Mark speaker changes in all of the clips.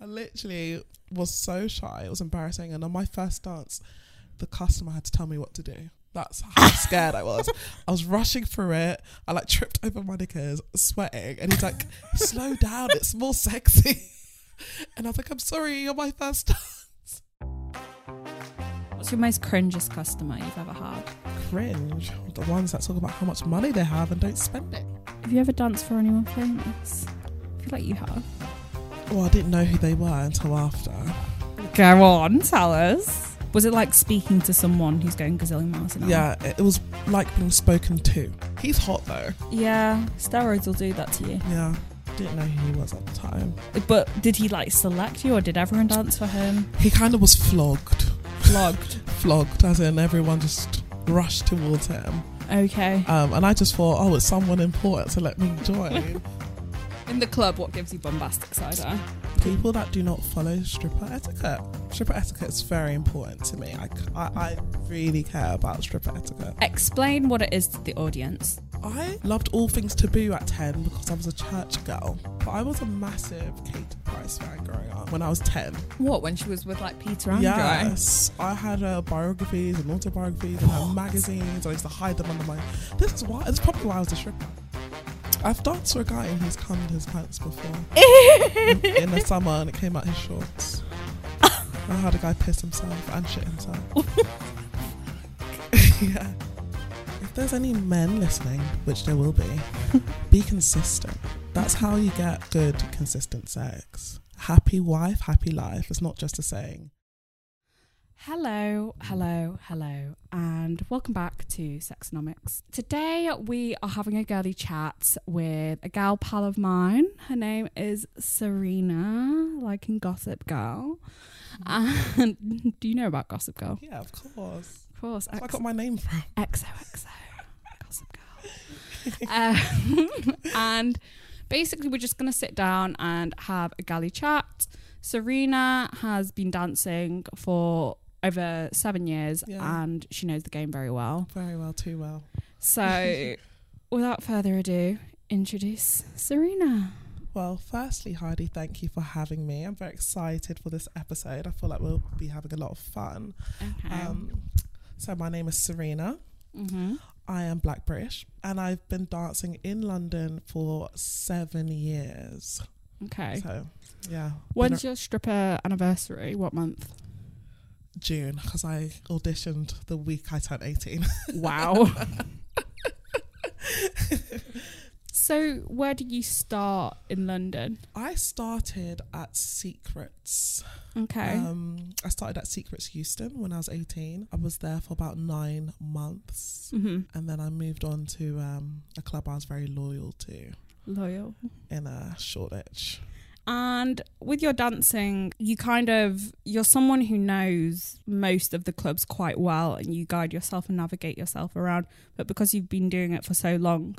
Speaker 1: I literally was so shy. It was embarrassing. And on my first dance, the customer had to tell me what to do. That's how scared I was. I was rushing through it. I like tripped over my knickers, sweating. And he's like, slow down. It's more sexy. And I was like, I'm sorry, you're my first dance.
Speaker 2: What's your most cringiest customer you've ever had?
Speaker 1: Cringe. The ones that talk about how much money they have and don't spend it.
Speaker 2: Have you ever danced for anyone famous? I feel like you have.
Speaker 1: Well, I didn't know who they were until after.
Speaker 2: Go on, tell us. Was it like speaking to someone who's going gazillion miles an hour?
Speaker 1: Yeah, it it was like being spoken to. He's hot though.
Speaker 2: Yeah, steroids will do that to you.
Speaker 1: Yeah. Didn't know who he was at the time.
Speaker 2: But did he like select you or did everyone dance for him?
Speaker 1: He kind of was flogged.
Speaker 2: Flogged.
Speaker 1: Flogged, as in everyone just rushed towards him.
Speaker 2: Okay.
Speaker 1: Um, and I just thought, oh, it's someone important, so let me join.
Speaker 2: In the club, what gives you bombastic side eye?
Speaker 1: People that do not follow stripper etiquette. Stripper etiquette is very important to me. I, c- I- I really care about stripper etiquette.
Speaker 2: Explain what it is to the audience.
Speaker 1: I loved all things taboo at 10 because I was a church girl. But I was a massive Kate Price fan growing up when I was 10.
Speaker 2: What, when she was with like Peter
Speaker 1: Yes, I had uh, biographies and autobiographies and had magazines. I used to hide them under my. This is why. It's probably why I was a stripper. I've danced for a guy and he's come in his pants before in the summer and it came out his shorts. I had a guy piss himself and shit himself. yeah. If there's any men listening, which there will be, be consistent. That's how you get good, consistent sex. Happy wife, happy life. It's not just a saying.
Speaker 2: Hello, hello, hello, and welcome back to Sexonomics. Today we are having a girly chat with a gal pal of mine. Her name is Serena, like in Gossip Girl. And do you know about Gossip Girl?
Speaker 1: Yeah, of course.
Speaker 2: Mm-hmm. Of course.
Speaker 1: That's where I got my name from.
Speaker 2: XOXO, Gossip Girl. um, and basically, we're just going to sit down and have a galley chat. Serena has been dancing for over seven years
Speaker 1: Yeah.
Speaker 2: and she knows the game very well.
Speaker 1: Very well, too well.
Speaker 2: So, without further ado, introduce Serena.
Speaker 1: Well, firstly, Heidi, thank you for having me. I'm very excited for this episode. I feel like we'll be having a lot of fun.
Speaker 2: Okay.
Speaker 1: Um, so, my name is Serena.
Speaker 2: hmm
Speaker 1: I am Black British, and I've been dancing in London for seven years.
Speaker 2: Okay.
Speaker 1: So, yeah. been
Speaker 2: When's your stripper anniversary? What month?
Speaker 1: a- June, because I auditioned the week I turned 18.
Speaker 2: Wow. so, where did you start in London?
Speaker 1: I started at Secrets.
Speaker 2: Okay.
Speaker 1: Um, I started at Secrets Houston when I was 18. I was there for about nine months.
Speaker 2: hmm
Speaker 1: And then I moved on to um, a club I was very loyal to
Speaker 2: Loyal.
Speaker 1: in uh, Shoreditch.
Speaker 2: And with your dancing, you kind of you're someone who knows most of the clubs quite well, and you guide yourself and navigate yourself around. But because you've been doing it for so long,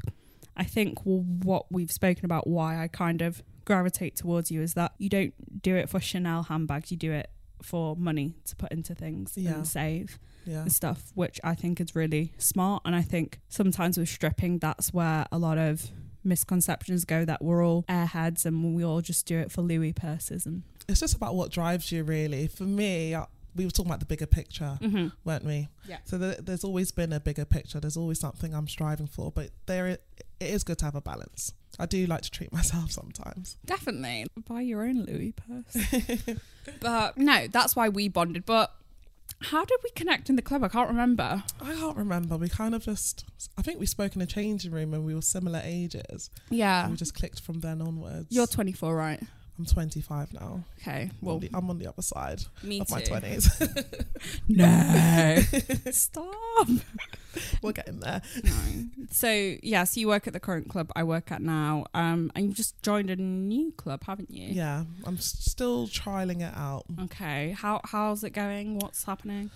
Speaker 2: I think w what we've spoken about, why I kind of gravitate towards you, is that you don't do it for Chanel handbags. You do it for money to put into things
Speaker 1: Yeah.
Speaker 2: and save.
Speaker 1: Yeah.
Speaker 2: and stuff, which I think is really smart. And I think sometimes with stripping, that's where a lot of misconceptions go that we're all airheads and we all just do it for Louis purses and
Speaker 1: It's just about what drives you, really. For me, I, we were talking about the bigger picture, weren't we?
Speaker 2: Mm. Yeah.
Speaker 1: So th- there's always been a bigger picture. There's always something I'm striving for, but there it, it is good to have a balance. I do like to treat myself sometimes.
Speaker 2: definitely buy your own Louis purse. but no, that's why we bonded. But how did we connect in the club? I can't remember.
Speaker 1: I can't remember. We kind of just, I think we spoke in a changing room and we were similar ages.
Speaker 2: Yeah.
Speaker 1: We just clicked from then onwards.
Speaker 2: You're 24, right?
Speaker 1: I'm 25 now.
Speaker 2: Okay.
Speaker 1: Well,
Speaker 2: Well,
Speaker 1: I'm on the other side
Speaker 2: me
Speaker 1: of my
Speaker 2: too.
Speaker 1: 20s.
Speaker 2: No. Stop.
Speaker 1: We're getting there.
Speaker 2: So yeah, so you work at the current club I work at now, um, and you've just joined a new club, haven't you?
Speaker 1: Yeah, I'm s- still trialing it out.
Speaker 2: Okay. How how's it going? What's happening?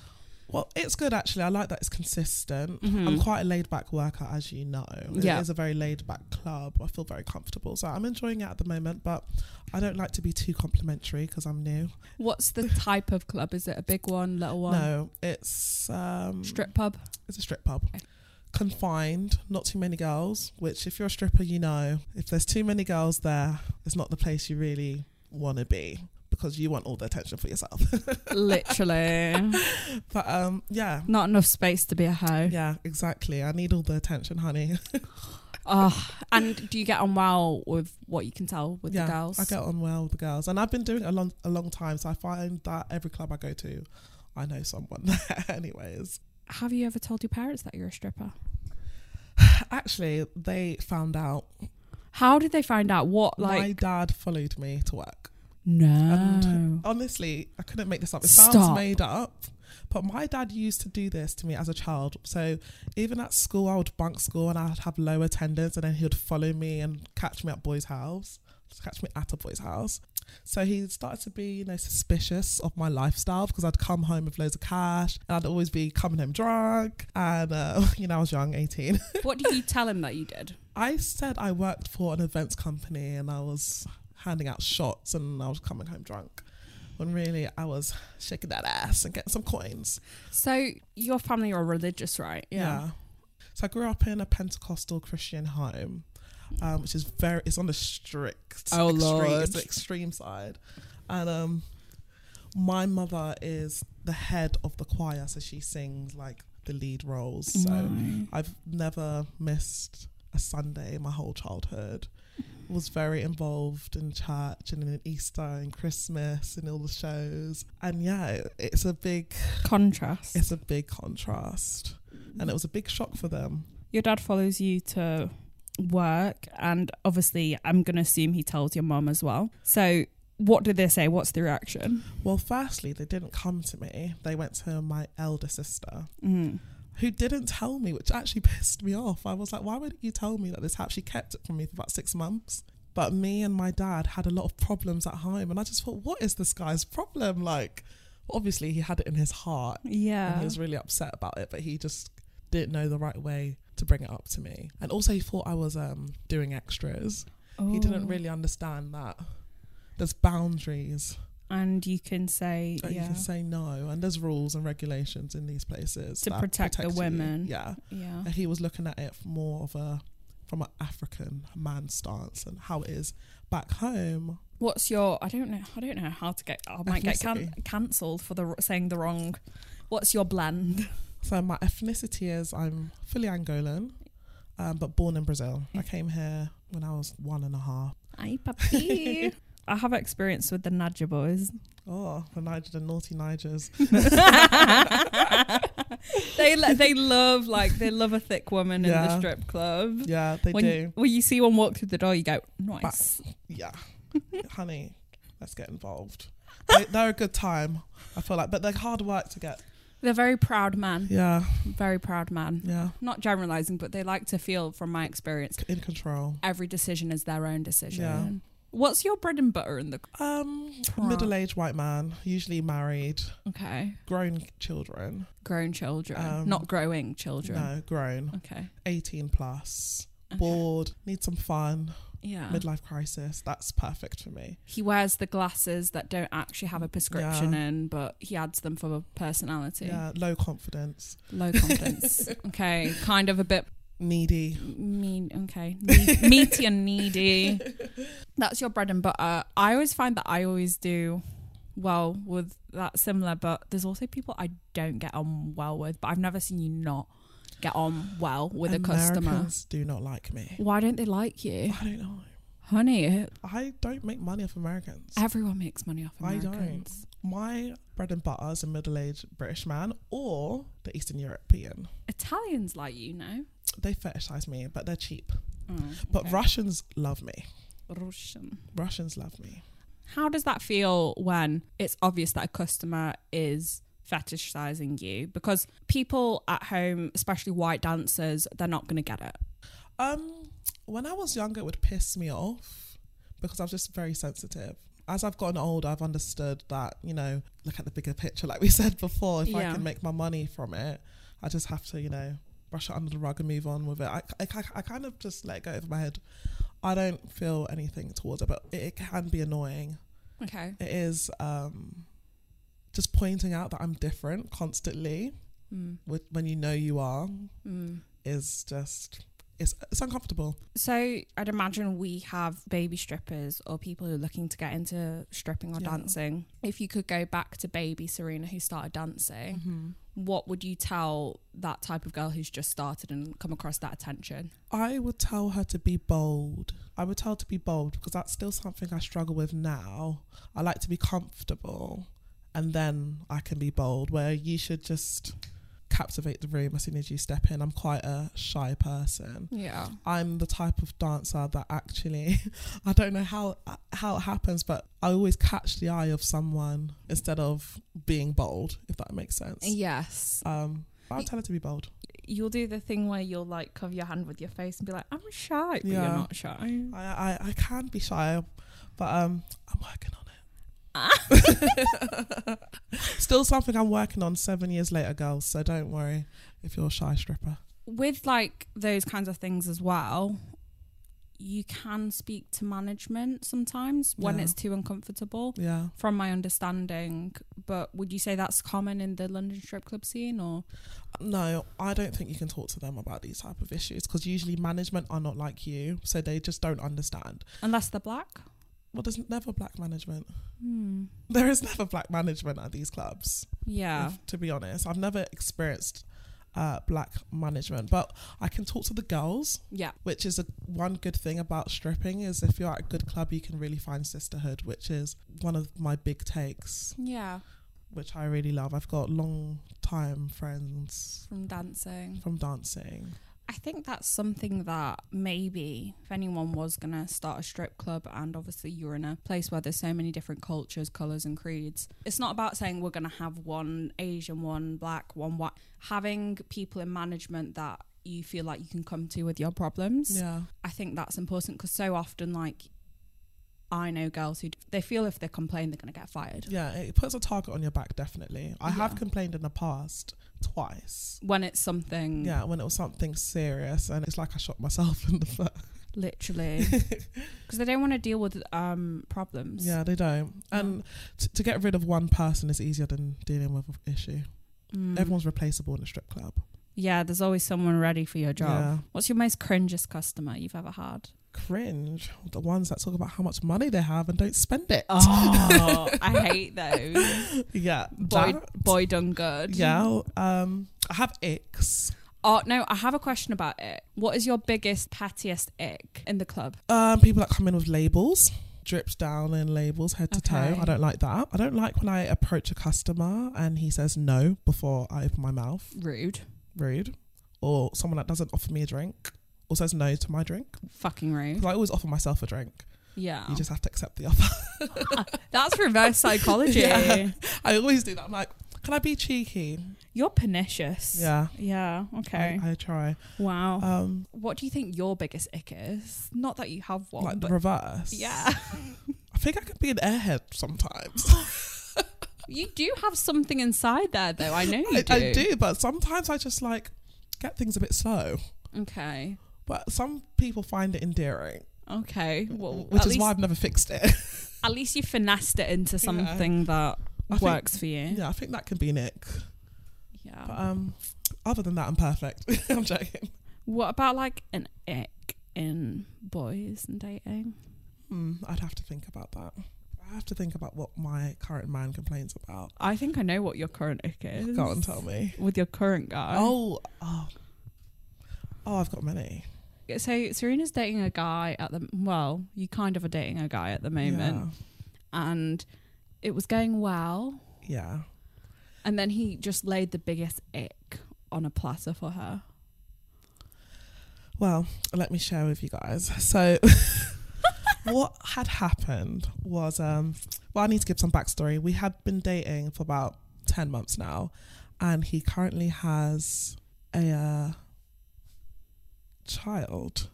Speaker 1: Well, it's good actually. I like that it's consistent.
Speaker 2: Mhm.
Speaker 1: I'm quite a laid back worker, as you know.
Speaker 2: Yeah.
Speaker 1: It is a very laid back club. I feel very comfortable. So I'm enjoying it at the moment, but I don't like to be too complimentary because I'm new.
Speaker 2: What's the type of club? Is it a big one, little one?
Speaker 1: No, it's. Um,
Speaker 2: Strip pub.
Speaker 1: It's a strip pub.
Speaker 2: Okay.
Speaker 1: Confined, not too many girls, which if you're a stripper, you know, if there's too many girls there, it's not the place you really want to be. because you want all the attention for yourself.
Speaker 2: Literally.
Speaker 1: but um, yeah,
Speaker 2: Not enough space to be a hoe.
Speaker 1: yeah, exactly. I need all the attention, honey.
Speaker 2: Oh, and do you get on well with what you can tell with
Speaker 1: yeah,
Speaker 2: the girls?
Speaker 1: I get on well with the girls, and I've been doing it a long, a long time. So I find that every club I go to, I know someone there. Anyways,
Speaker 2: Have you ever told your parents that you're a stripper?
Speaker 1: actually, they found out.
Speaker 2: How did they find out? What like
Speaker 1: my dad followed me to work.
Speaker 2: no?
Speaker 1: and honestly, I couldn't make this up. It sounds
Speaker 2: Stop.
Speaker 1: made up, but my dad used to do this to me as a child. So even at school, I would bunk school and I'd have low attendance, and then he would follow me and catch me at boys' house, catch me at a boy's house. So he started to be, you know, suspicious of my lifestyle because I'd come home with loads of cash and I'd always be coming home drunk. And uh, you know, I was young, eighteen.
Speaker 2: what did you tell him that you did?
Speaker 1: I said I worked for an events company and I was handing out shots and I was coming home drunk. When really I was shaking that ass and getting some coins.
Speaker 2: So your family are religious, right?
Speaker 1: So I grew up in a Pentecostal Christian home, um, which is very it's on the strict
Speaker 2: Oh,
Speaker 1: extreme,
Speaker 2: Lord.
Speaker 1: it's the extreme side. And um my mother is the head of the choir, so she sings like the lead roles. So
Speaker 2: Right.
Speaker 1: I've never missed a Sunday in my whole childhood. Was very involved in church and in Easter and Christmas and all the shows. And yeah, it- it's a big
Speaker 2: Contrast.
Speaker 1: it's a big contrast. And it was a big shock for them.
Speaker 2: your dad follows you to work, and obviously, I'm gonna assume he tells your mum as well. So, what did they say? What's the reaction?
Speaker 1: Well, firstly, they didn't come to me. They went to my elder sister,
Speaker 2: Mm.
Speaker 1: who didn't tell me, which actually pissed me off. I was like, why wouldn't you tell me that this happened? She kept it from me for about six months. But me and my dad had a lot of problems at home. And I just thought, what is this guy's problem? Like, obviously, he had it in his heart and
Speaker 2: Yeah.
Speaker 1: he was really upset about it, but he just didn't know the right way to bring it up to me. And also, he thought I was um, doing extras. He didn't
Speaker 2: Oh.
Speaker 1: really understand that there's boundaries
Speaker 2: And you can say,
Speaker 1: that
Speaker 2: yeah,
Speaker 1: you can say no, and there's rules and regulations in these places
Speaker 2: To
Speaker 1: that
Speaker 2: protect the
Speaker 1: you.
Speaker 2: women. Oh.
Speaker 1: Yeah,
Speaker 2: yeah.
Speaker 1: and he was looking at it from more of a from an African man stance and how it is back home.
Speaker 2: What's your? I don't know. I don't know how to get. I might get can-
Speaker 1: Ethnicity.
Speaker 2: cancelled for the r- saying the wrong. What's your blend?
Speaker 1: So my ethnicity is I'm fully Angolan, um, but born in Brazil. I came here when I was one and a half.
Speaker 2: Hi, puppy. I have experience with the Nadja boys.
Speaker 1: Oh, the Niger, the naughty Nigers.
Speaker 2: they lo- they love like they love a thick woman in
Speaker 1: Yeah.
Speaker 2: the strip club.
Speaker 1: Yeah, they
Speaker 2: when,
Speaker 1: do.
Speaker 2: when you see one walk through the door, you go nice.
Speaker 1: Yeah, honey, let's get involved. They, they're a good time. I feel like, but they're hard work to get.
Speaker 2: They're very proud man.
Speaker 1: Yeah,
Speaker 2: Very proud man.
Speaker 1: yeah,
Speaker 2: Not generalizing, but they like to feel, from my experience,
Speaker 1: in control.
Speaker 2: every decision is their own decision.
Speaker 1: Yeah.
Speaker 2: What's your bread and butter in the?
Speaker 1: Um,
Speaker 2: Right.
Speaker 1: middle-aged white man, usually married,
Speaker 2: Okay.
Speaker 1: grown children.
Speaker 2: grown children,
Speaker 1: Um,
Speaker 2: not growing children.
Speaker 1: No, grown,
Speaker 2: Okay.
Speaker 1: eighteen plus,
Speaker 2: Okay.
Speaker 1: bored, need some fun,
Speaker 2: Yeah.
Speaker 1: midlife crisis. That's perfect for me.
Speaker 2: He wears the glasses that don't actually have a prescription in, but he adds them for personality.
Speaker 1: Yeah, low confidence,
Speaker 2: Low confidence. okay. Kind of a bit
Speaker 1: needy.
Speaker 2: mean. Okay. Me- meaty and needy. That's your bread and butter. I always find that I always do well with that similar, but there's also people I don't get on well with, but I've never seen you not get on well with a customer.
Speaker 1: Americans do not like me.
Speaker 2: Why don't they like you?
Speaker 1: I don't know.
Speaker 2: Honey,
Speaker 1: I don't make money off Americans.
Speaker 2: Everyone makes money off
Speaker 1: I don't.
Speaker 2: Americans.
Speaker 1: My bread and butter is a middle-aged British man or the Eastern European.
Speaker 2: Italians like you, no?
Speaker 1: They fetishize me, but they're cheap.
Speaker 2: Oh,
Speaker 1: But
Speaker 2: okay.
Speaker 1: Russians love me.
Speaker 2: Russian.
Speaker 1: Russians love me.
Speaker 2: How does that feel when it's obvious that a customer is fetishizing you? Because people at home, especially white dancers, they're not going to get it.
Speaker 1: Um, when I was younger, it would piss me off because I was just very sensitive. As I've gotten older, I've understood that you know, look at the bigger picture, like we said before. If I
Speaker 2: Yeah.
Speaker 1: can make my money from it, I just have to you know brush it under the rug and move on with it. I, I, I kind of just let it go over my head. I don't feel anything towards it, but it, it can be annoying.
Speaker 2: Okay.
Speaker 1: It is um, just pointing out that I'm different constantly
Speaker 2: Mm.
Speaker 1: with, when you know you are
Speaker 2: Mm.
Speaker 1: is just It's it's uncomfortable.
Speaker 2: So I'd imagine we have baby strippers or people who are looking to get into stripping or
Speaker 1: Yeah.
Speaker 2: dancing. If you could go back to baby Serena who started dancing,
Speaker 1: Mm-hmm.
Speaker 2: what would you tell that type of girl who's just started and come across that attention?
Speaker 1: I would tell her to be bold. I would tell her to be bold because that's still something I struggle with now. I like to be comfortable and then I can be bold, where you should just captivate the room as soon as you step in. I'm quite a shy person.
Speaker 2: Yeah.
Speaker 1: I'm the type of dancer that actually I don't know how how it happens, but I always catch the eye of someone instead of being bold, if that makes sense.
Speaker 2: Yes.
Speaker 1: Um I'll tell her to be bold.
Speaker 2: You'll do the thing where you'll like cover your hand with your face and be like, I'm shy, but
Speaker 1: Yeah.
Speaker 2: you're not shy.
Speaker 1: I, I I can be shy, but um I'm working on it. Still something I'm working on seven years later, girls, so don't worry if you're a shy stripper.
Speaker 2: With like those kinds of things as well, you can speak to management sometimes when
Speaker 1: Yeah.
Speaker 2: it's too uncomfortable.
Speaker 1: Yeah.
Speaker 2: from my understanding. But would you say that's common in the London strip club scene, or
Speaker 1: No, I don't think you can talk to them about these type of issues because usually management are not like you, so they just don't understand.
Speaker 2: unless they're black?
Speaker 1: Well, there's never black management.
Speaker 2: Hmm.
Speaker 1: There is never black management at these clubs.
Speaker 2: Yeah,
Speaker 1: if- to be honest, I've never experienced uh, black management, but I can talk to the girls,
Speaker 2: yeah,
Speaker 1: which is a, one good thing about stripping is if you're at a good club, you can really find sisterhood, which is one of my big takes,
Speaker 2: yeah,
Speaker 1: which I really love. I've got long time friends
Speaker 2: from dancing.
Speaker 1: from dancing.
Speaker 2: I think that's something that maybe if anyone was gonna start a strip club, and obviously you're in a place where there's so many different cultures, colors, and creeds. It's not about saying we're gonna have one Asian, one black, one white. Having people in management that you feel like you can come to with your problems.
Speaker 1: Yeah.
Speaker 2: I think that's important because so often, like, I know girls who they feel if they complain, they're going to get fired.
Speaker 1: Yeah, it puts a target on your back, definitely. I have
Speaker 2: Yeah.
Speaker 1: complained in the past twice.
Speaker 2: When it's something,
Speaker 1: Yeah, when it was something serious, and it's like I shot myself in the foot.
Speaker 2: literally, because they don't want to deal with um problems.
Speaker 1: Yeah, they don't. And t- to get rid of one person is easier than dealing with an issue.
Speaker 2: Mm.
Speaker 1: Everyone's replaceable in a strip club.
Speaker 2: yeah. There's always someone ready for your job.
Speaker 1: Yeah.
Speaker 2: What's your most cringest customer you've ever had?
Speaker 1: Cringe. The ones that talk about how much money they have and don't spend it.
Speaker 2: Oh, I hate those.
Speaker 1: Yeah.
Speaker 2: Boy,
Speaker 1: that-
Speaker 2: boy done good.
Speaker 1: Yeah. Um, I have icks.
Speaker 2: Oh no, I have a question about it. What is your biggest pettiest ick in the club?
Speaker 1: Um, people that come in with labels, drips down in labels head to
Speaker 2: Okay.
Speaker 1: toe. I don't like that. I don't like when I approach a customer and he says no before I open my mouth.
Speaker 2: Rude.
Speaker 1: Rude. Or someone that doesn't offer me a drink or says no to my drink.
Speaker 2: Fucking rude.
Speaker 1: 'Cause I always offer myself a drink.
Speaker 2: Yeah.
Speaker 1: You just have to accept the offer.
Speaker 2: That's reverse psychology.
Speaker 1: Yeah. I always do that. I'm like, can I be cheeky?
Speaker 2: You're pernicious.
Speaker 1: Yeah.
Speaker 2: Yeah. Okay. Oh.
Speaker 1: I, I try.
Speaker 2: wow.
Speaker 1: Um,
Speaker 2: what do you think your biggest ick is? Not that you have one,
Speaker 1: like the
Speaker 2: but
Speaker 1: reverse.
Speaker 2: yeah,
Speaker 1: I think I could be an airhead sometimes.
Speaker 2: you do have something inside there, though. I know you
Speaker 1: I,
Speaker 2: do.
Speaker 1: I do, but sometimes I just like get things a bit slow.
Speaker 2: Okay.
Speaker 1: But some people find it endearing,
Speaker 2: Okay. Well,
Speaker 1: which is
Speaker 2: at least,
Speaker 1: why I've never fixed it.
Speaker 2: at least you finessed it into
Speaker 1: Yeah.
Speaker 2: something that
Speaker 1: I think-
Speaker 2: works for you. Oh.
Speaker 1: yeah, I think that can be Nick.
Speaker 2: Yeah.
Speaker 1: But um, other than that, I'm perfect. I'm joking.
Speaker 2: what about like an ick in boys and dating?
Speaker 1: Hmm, I'd have to think about that. I have to think about what my current man complains about.
Speaker 2: I think I know what your current ick is.
Speaker 1: Go on, tell me.
Speaker 2: With your current guy.
Speaker 1: Oh, oh, oh! I've got many.
Speaker 2: So Serena's dating a guy at the well, you kind of are dating a guy at the moment, and it was going well,
Speaker 1: Yeah. yeah.
Speaker 2: and then he just laid the biggest ick on a platter for her.
Speaker 1: Well, let me share with you guys. So, what had happened was, um, well, I need to give some backstory. We had been dating for about ten months now, and he currently has a uh, child.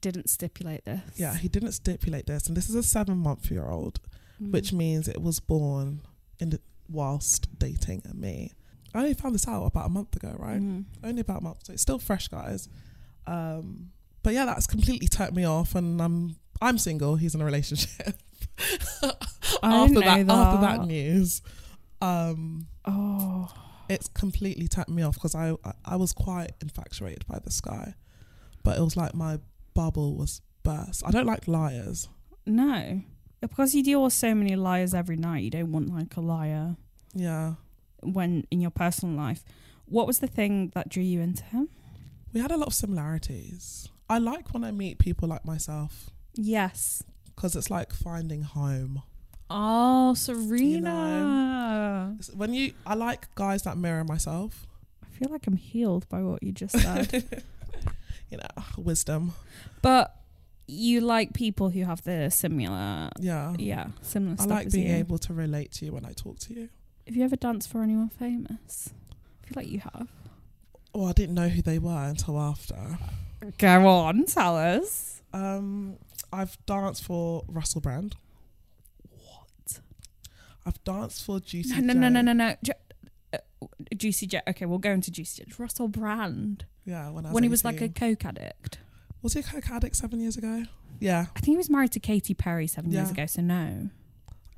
Speaker 2: Didn't stipulate this.
Speaker 1: Yeah, he didn't stipulate this, and this is a seven-month-year-old,
Speaker 2: Mm.
Speaker 1: which means it was born in the, whilst dating me. I only found this out about a month ago, right?
Speaker 2: Mm.
Speaker 1: only about a month, so it's still fresh, guys. Um, but yeah, that's completely turned me off, and I'm I'm single. He's in a relationship.
Speaker 2: I
Speaker 1: after
Speaker 2: know
Speaker 1: that,
Speaker 2: that.
Speaker 1: after that news, um,
Speaker 2: Oh,
Speaker 1: it's completely turned me off because I I was quite infatuated by this guy, but it was like my bubble was burst. I don't like liars.
Speaker 2: No. Because you deal with so many liars every night, you don't want like a liar
Speaker 1: Yeah.
Speaker 2: when in your personal life. What was the thing that drew you into him?
Speaker 1: We had a lot of similarities. I like when I meet people like myself
Speaker 2: Yes.
Speaker 1: because it's like finding home.
Speaker 2: Oh,
Speaker 1: You know. It's- When you, I like guys that mirror myself.
Speaker 2: I feel like I'm healed by what you just said.
Speaker 1: You know, wisdom.
Speaker 2: but you like people who have the similar,
Speaker 1: Yeah.
Speaker 2: yeah, similar
Speaker 1: I
Speaker 2: stuff.
Speaker 1: like
Speaker 2: as
Speaker 1: being
Speaker 2: you.
Speaker 1: able to relate to you when I talk to you.
Speaker 2: Have you ever danced for anyone famous? I feel like you have.
Speaker 1: Well, I didn't know who they were until after.
Speaker 2: Go on, tell us.
Speaker 1: Um, I've danced for Russell Brand.
Speaker 2: What?
Speaker 1: I've danced for Juicy
Speaker 2: No, no, no, no,
Speaker 1: J.
Speaker 2: no, no. Ju- uh, Juicy J. Okay, we'll go into Juicy J. Russell Brand.
Speaker 1: Yeah, when I was
Speaker 2: when he was like a
Speaker 1: 18.
Speaker 2: coke addict.
Speaker 1: was he a coke addict seven years ago? Yeah.
Speaker 2: I think he was married to Katy Perry seven years
Speaker 1: Yeah.
Speaker 2: ago, so no.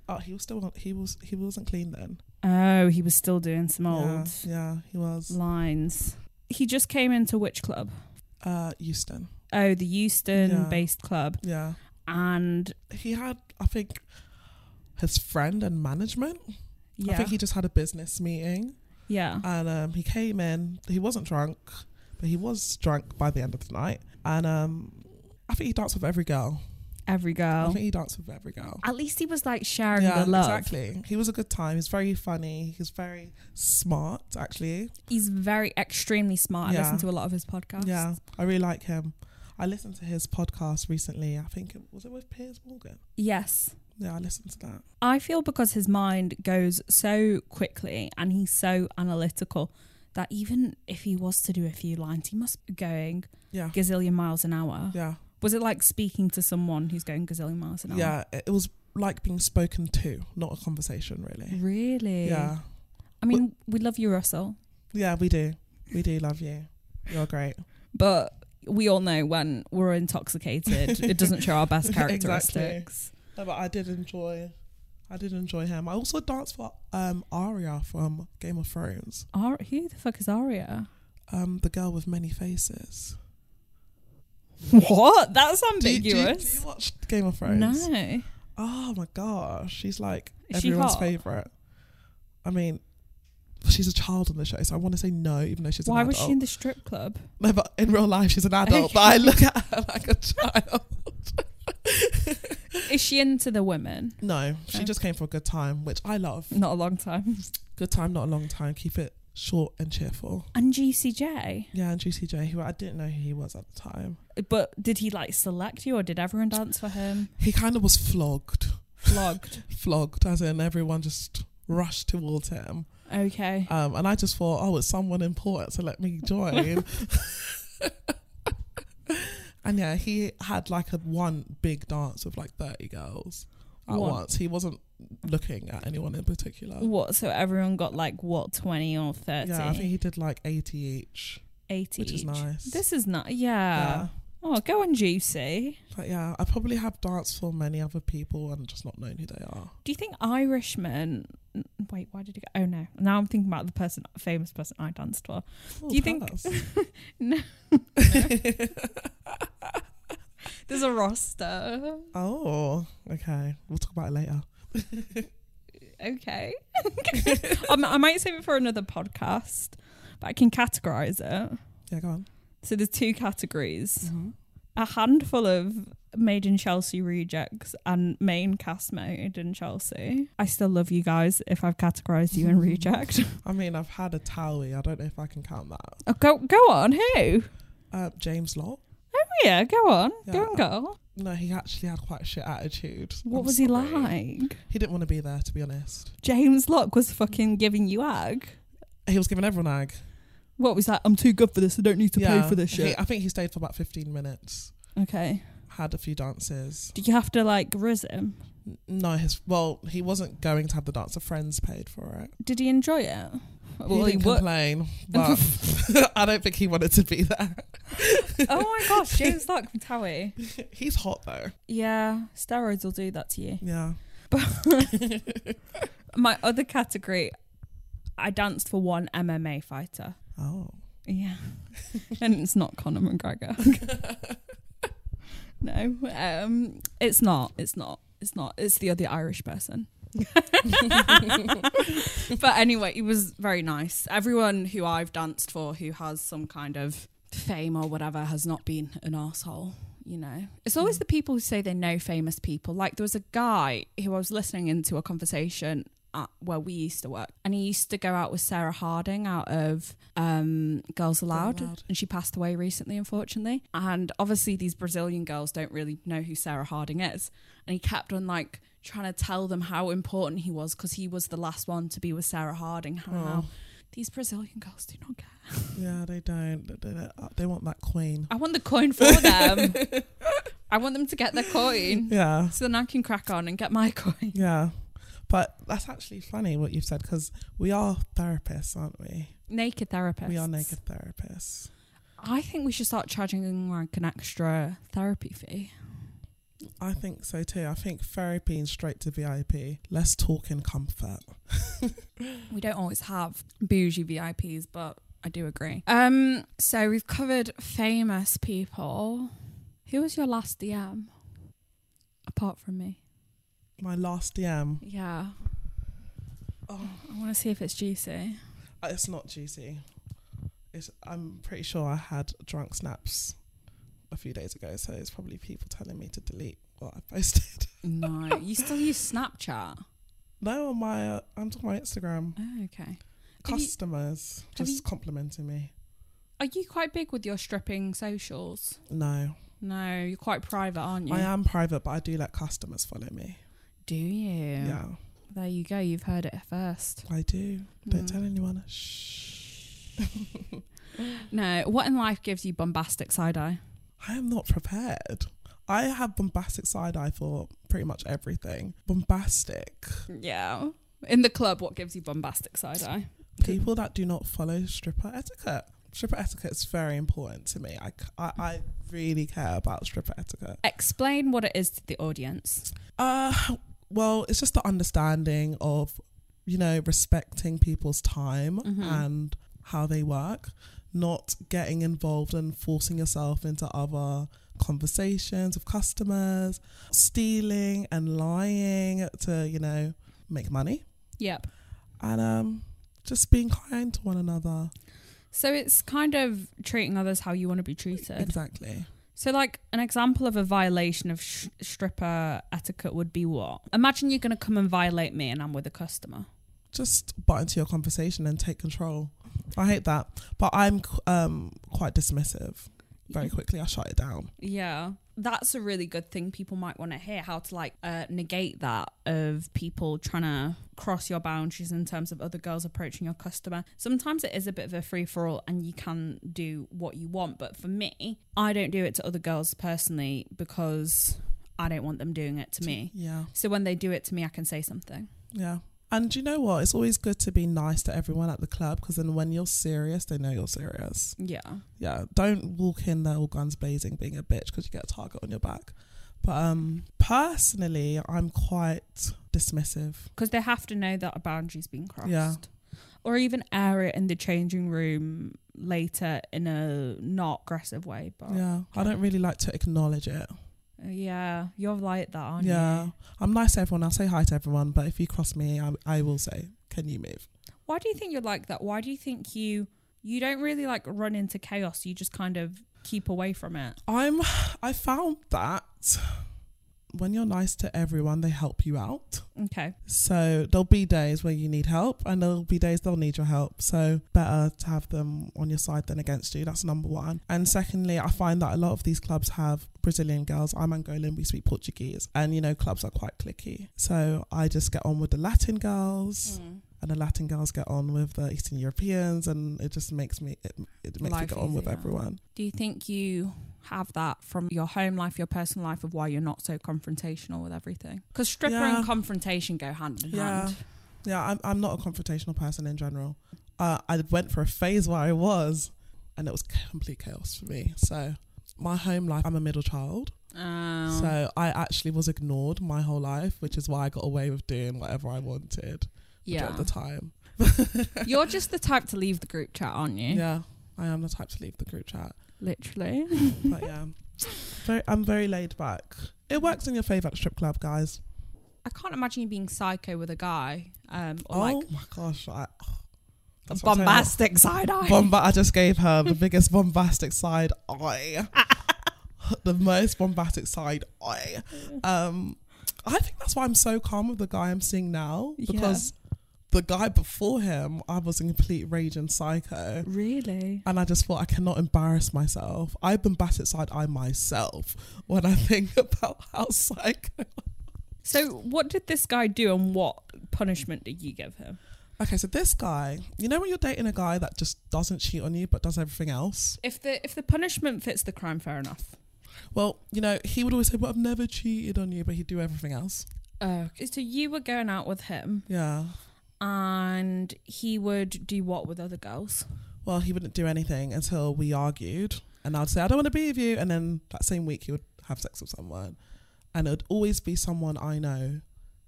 Speaker 1: Oh, he was still not- he was he wasn't clean then.
Speaker 2: Oh, he was still doing some
Speaker 1: Yeah,
Speaker 2: old
Speaker 1: yeah, he was.
Speaker 2: lines. He just came into which club?
Speaker 1: Uh, Houston.
Speaker 2: Oh, the Euston
Speaker 1: Yeah.
Speaker 2: based club.
Speaker 1: Yeah,
Speaker 2: And
Speaker 1: he had I think his friend and management. I
Speaker 2: yeah.
Speaker 1: think he just had a business meeting,
Speaker 2: yeah.
Speaker 1: and um, he came in. He wasn't drunk, but he was drunk by the end of the night, and um. I think he danced with every girl.
Speaker 2: Every
Speaker 1: I
Speaker 2: girl.
Speaker 1: think he danced with every girl.
Speaker 2: At least he was like sharing Oh. the love.
Speaker 1: exactly. He was a good time. He's very funny. He's very smart, actually.
Speaker 2: He's very extremely smart. I
Speaker 1: Yeah.
Speaker 2: listen to a lot of his podcasts.
Speaker 1: Yeah, I really like him. I listened to his podcast recently. I think it was it with Piers Morgan.
Speaker 2: Yes.
Speaker 1: Yeah, I listened to that.
Speaker 2: I feel because his mind goes so quickly and he's so analytical that even if he was to do a few lines, he must be going
Speaker 1: Yeah,
Speaker 2: gazillion miles an hour.
Speaker 1: yeah,
Speaker 2: Was it like speaking to someone who's going gazillion miles an hour?
Speaker 1: yeah. It it was like being spoken to, not a conversation,
Speaker 2: Mm-hmm.
Speaker 1: really.
Speaker 2: Really?
Speaker 1: Yeah,
Speaker 2: I mean, we love you, Russell,
Speaker 1: yeah. We do, we do love you. You're great.
Speaker 2: but we all know when we're intoxicated, it doesn't show our best
Speaker 1: Exactly.
Speaker 2: characteristics.
Speaker 1: No, but I did enjoy. I did enjoy him. I also danced for um Aria from Game of Thrones.
Speaker 2: Ar- who the fuck is Aria?
Speaker 1: Um, the girl with many faces.
Speaker 2: What? That's
Speaker 1: Do you, do, you, do
Speaker 2: ambiguous.
Speaker 1: you watch Game of Thrones?
Speaker 2: No.
Speaker 1: Oh my gosh, she's like
Speaker 2: Is she
Speaker 1: everyone's
Speaker 2: hot?
Speaker 1: favorite. I mean, she's a child on the show, so I want to say no, even though she's
Speaker 2: Why
Speaker 1: an
Speaker 2: was
Speaker 1: adult.
Speaker 2: she in the strip club?
Speaker 1: no, but in real life, she's an adult. But I look at her like a child.
Speaker 2: Is she into the women?
Speaker 1: No, she
Speaker 2: Okay.
Speaker 1: just came for a good time, which I love.
Speaker 2: Not a long time.
Speaker 1: Good time, not a long time. Keep it short and cheerful.
Speaker 2: And GCJ.
Speaker 1: Yeah, and Juicy J, who I didn't know who he was at the time,
Speaker 2: But did he like select you or did everyone dance for him?
Speaker 1: he kind of was flogged,
Speaker 2: Flogged.
Speaker 1: flogged, as in everyone just rushed towards him.
Speaker 2: okay.
Speaker 1: Um, and I just thought, oh, it's someone important, so let me join. and yeah, he had like a one big dance with like 30 girls at
Speaker 2: One.
Speaker 1: once. He wasn't looking at anyone in particular.
Speaker 2: What? So everyone got like what, 20 or 30?
Speaker 1: Yeah, I think he did like 80 each,
Speaker 2: 80.
Speaker 1: which is
Speaker 2: each.
Speaker 1: nice.
Speaker 2: This is not, yeah. Oh, go on, Juicy.
Speaker 1: But yeah, I probably have danced for many other people and just not known who they are.
Speaker 2: Do you think Irishmen. n- Wait, why did you go? Oh, no. Now I'm thinking about the person, famous person I danced for.
Speaker 1: Oh,
Speaker 2: Do you think-
Speaker 1: Palace.
Speaker 2: No. There's a roster.
Speaker 1: oh, okay. We'll talk about it later.
Speaker 2: Okay. I'm- I might save it for another podcast, but I can categorize it.
Speaker 1: Yeah, go on.
Speaker 2: So there's two categories.
Speaker 1: Mm-hmm.
Speaker 2: a handful of Made in Chelsea rejects and main cast Made in Chelsea. I still love you guys if I've categorized you in reject.
Speaker 1: I mean, I've had a towie. I don't know if I can count that.
Speaker 2: oh, go go on, who? Oh,
Speaker 1: Uh, James Law.
Speaker 2: Yeah, go on,
Speaker 1: Yeah.
Speaker 2: go on, girl.
Speaker 1: No, he actually had quite a shit attitude.
Speaker 2: What
Speaker 1: I'm
Speaker 2: was he
Speaker 1: sorry.
Speaker 2: like?
Speaker 1: He didn't want to be there, to be honest.
Speaker 2: James Locke was fucking giving you ag.
Speaker 1: He was giving everyone ag.
Speaker 2: What was that? I'm too good for this. I don't need to pay
Speaker 1: Yeah.
Speaker 2: for this
Speaker 1: He-
Speaker 2: shit.
Speaker 1: I think he stayed for about 15 minutes,
Speaker 2: Okay.
Speaker 1: had a few dances.
Speaker 2: Did you have to like riz him?
Speaker 1: N- No, his well, he wasn't going to have the dancer friends paid for it.
Speaker 2: Did he enjoy it? Well,
Speaker 1: he
Speaker 2: he
Speaker 1: didn't
Speaker 2: would.
Speaker 1: complain, but I don't think he wanted to be there.
Speaker 2: oh my gosh, James Locke from Towie.
Speaker 1: He's hot though.
Speaker 2: Yeah, steroids will do that to you.
Speaker 1: Yeah. Oh,
Speaker 2: My other category, I danced for one MMA fighter.
Speaker 1: Oh.
Speaker 2: Yeah. and it's not Conor McGregor. no, um, it's not. It's not. It's not. It's the other Irish person. but anyway, it was very nice. Everyone who I've danced for who has some kind of fame or whatever has not been an asshole. You know, it's always the people who say they know famous people. Like there was a guy who I was listening into a conversation at where we used to work, and he used to go out with Sarah Harding out of um, Girls Aloud,
Speaker 1: Allowed.
Speaker 2: and she passed away recently, unfortunately. And obviously, these Brazilian girls don't really know who Sarah Harding is, and he kept on like trying to tell them how important he was because he was the last one to be with Sarah Harding. How
Speaker 1: Oh.
Speaker 2: these Brazilian girls do not care.
Speaker 1: Yeah, they don't. They, they, uh, they want that queen.
Speaker 2: I want the coin for them. I want them to get their coin.
Speaker 1: Yeah.
Speaker 2: So then I can crack on and get my coin.
Speaker 1: Yeah. But that's actually funny what you've said because we are therapists, aren't we?
Speaker 2: Naked therapists.
Speaker 1: We are naked therapists.
Speaker 2: I think we should start charging like an extra therapy fee.
Speaker 1: I think so too. I think therapy and straight to VIP. Less talk and comfort.
Speaker 2: We don't always have bougie VIPs, but I do agree. Um, so we've covered famous people. Who was your last DM? Apart from me.
Speaker 1: My last DM.
Speaker 2: Yeah.
Speaker 1: Oh,
Speaker 2: I want to see if it's juicy.
Speaker 1: Uh, it's not juicy. It's, I'm pretty sure I had drunk snaps a few days ago, so it's probably people telling me to delete what I posted.
Speaker 2: No. you still use Snapchat.
Speaker 1: no, on my uh, I'm talking my Instagram.
Speaker 2: Oh, okay. Have you-
Speaker 1: Customers
Speaker 2: have
Speaker 1: just
Speaker 2: you-
Speaker 1: complimenting me.
Speaker 2: Are you quite big with your stripping socials?
Speaker 1: No,
Speaker 2: No, you're quite private, aren't you?
Speaker 1: I am private, but I do let customers follow me.
Speaker 2: Do you?
Speaker 1: Yeah,
Speaker 2: There you go. You've heard it first.
Speaker 1: I do. Don't
Speaker 2: Mm.
Speaker 1: tell anyone. Shh.
Speaker 2: Hmm. No. What in life gives you bombastic side eye?
Speaker 1: I am not prepared. I have bombastic side eye for pretty much everything. Bombastic.
Speaker 2: Yeah. In the club, what gives you bombastic side eye?
Speaker 1: people that do not follow stripper etiquette. Stripper etiquette is very important to me. I, c- I, I really care about stripper etiquette.
Speaker 2: Explain what it is to the audience.
Speaker 1: Uh, well, it's just the understanding of, you know, respecting people's time
Speaker 2: Mhm.
Speaker 1: and how they work, not getting involved and forcing yourself into other conversations with customers, stealing and lying to, you know, make money,
Speaker 2: Yep.
Speaker 1: and um, just being kind to one another.
Speaker 2: So it's kind of treating others how you want to be treated.
Speaker 1: Exactly.
Speaker 2: So, like, an example of a violation of sh- stripper etiquette would be what? Imagine you're going to come and violate me and I'm with a customer.
Speaker 1: just butt into your conversation and take control. I hate that, but I'm qu- um, quite dismissive. Very
Speaker 2: Mm-hmm.
Speaker 1: quickly, I shut it down.
Speaker 2: Yeah. That's a really good thing people might want to hear how to like uh, negate that of people trying to cross your boundaries in terms of other girls approaching your customer. Sometimes it is a bit of a free for all and you can do what you want, but for me, I don't do it to other girls personally because I don't want them doing it to me.
Speaker 1: Yeah,
Speaker 2: So when they do it to me, I can say something.
Speaker 1: yeah. And you know what? It's always good to be nice to everyone at the club because then when you're serious, they know you're serious.
Speaker 2: Yeah.
Speaker 1: Yeah, don't walk in there all guns blazing, being a bitch because you get a target on your back. But um, personally, I'm quite dismissive.
Speaker 2: because they have to know that a boundary's been crossed.
Speaker 1: Yeah.
Speaker 2: Or even air it in the changing room later in a not aggressive way. But yeah,
Speaker 1: Yeah, I don't really like to acknowledge it.
Speaker 2: you're like that, aren't
Speaker 1: Yeah,
Speaker 2: you?
Speaker 1: I'm nice to everyone. I'll say hi to everyone, but if you cross me, I, I will say, "Can you move?"
Speaker 2: Why do you think you're like that? Why do you think you you don't really like run into chaos? You just kind of keep away from it.
Speaker 1: I'm I found that when you're nice to everyone, they help you out.
Speaker 2: Okay.
Speaker 1: So there'll be days where you need help and there'll be days they'll need your help. So better to have them on your side than against you. That's number one. And secondly, I find that a lot of these clubs have Brazilian girls. I'm Angolan, we speak Portuguese. And you know, clubs are quite clicky. So I just get on with the Latin girls
Speaker 2: Mm.
Speaker 1: and the Latin girls get on with the Eastern Europeans and it just makes me it, it makes me
Speaker 2: Life
Speaker 1: get on with
Speaker 2: easier.
Speaker 1: everyone.
Speaker 2: Do you think you have that from your home life, your personal life, of why you're not so confrontational with everything? Because stripper
Speaker 1: Yeah.
Speaker 2: and confrontation go hand in
Speaker 1: Yeah.
Speaker 2: hand.
Speaker 1: Yeah, I'm, I'm not a confrontational person in general. Uh, I went for a phase where I was, and it was complete chaos for me. So, my home life, I'm a middle child.
Speaker 3: Oh.
Speaker 2: Um,
Speaker 1: So, I actually was ignored my whole life, which is why I got away with doing whatever I wanted
Speaker 2: yeah.
Speaker 1: at the time.
Speaker 3: Eh?
Speaker 2: You're just the type to leave the group chat, aren't you?
Speaker 1: Yeah. I am the type to leave the group chat.
Speaker 2: Literally.
Speaker 1: But yeah, very, I'm very laid back. It works in your favour at the strip club, guys.
Speaker 3: I can't imagine you being psycho with a guy. Um, or
Speaker 1: oh
Speaker 3: like
Speaker 1: my gosh, I, That's what I'm saying.
Speaker 3: bombastic side eye.
Speaker 1: Bomba- I just gave her the biggest bombastic side eye, the most bombastic side eye. Um, I think that's why I'm so calm with the guy I'm seeing now
Speaker 2: Yeah.
Speaker 1: because the guy before him, I was a complete raging psycho.
Speaker 2: really?
Speaker 1: And I just thought I cannot embarrass myself. I bombastic side eye myself when I think about how psycho.
Speaker 2: So, what did this guy do and what punishment did you give him?
Speaker 1: Okay, so this guy, you know when you're dating a guy that just doesn't cheat on you but does everything else?
Speaker 2: If the if the punishment fits the crime, fair enough.
Speaker 1: Well, you know, he would always say, But I've never cheated on you, but he'd do everything else.
Speaker 2: Oh, so you were going out with him,
Speaker 1: Yeah.
Speaker 2: and he would do what with other girls?
Speaker 1: Well, he wouldn't do anything until we argued. And I'd say, I don't want to be with you. And then that same week, he would have sex with someone. And it would always be someone I know.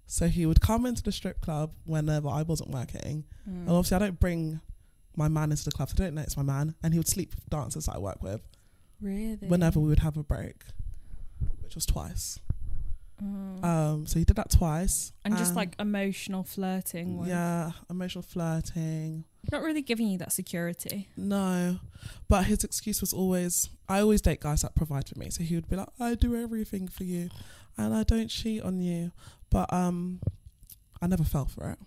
Speaker 1: So he would come into the strip club whenever I wasn't working. And
Speaker 2: Mm. Oh.
Speaker 1: obviously, I don't bring my man into the club. So I don't know it's my man. And he would sleep with dancers that I work with
Speaker 2: Really?
Speaker 1: whenever we would have a break, which was twice. Um, so he did that twice.
Speaker 2: Mm. and just
Speaker 1: Um,
Speaker 2: like emotional flirting, with,
Speaker 1: Yeah, emotional flirting.
Speaker 2: not really giving you that security.
Speaker 1: No, but his excuse was always, I always date guys that provide for me. So he would be like, I do everything for you, and I don't cheat on you, but um, I never fell for it.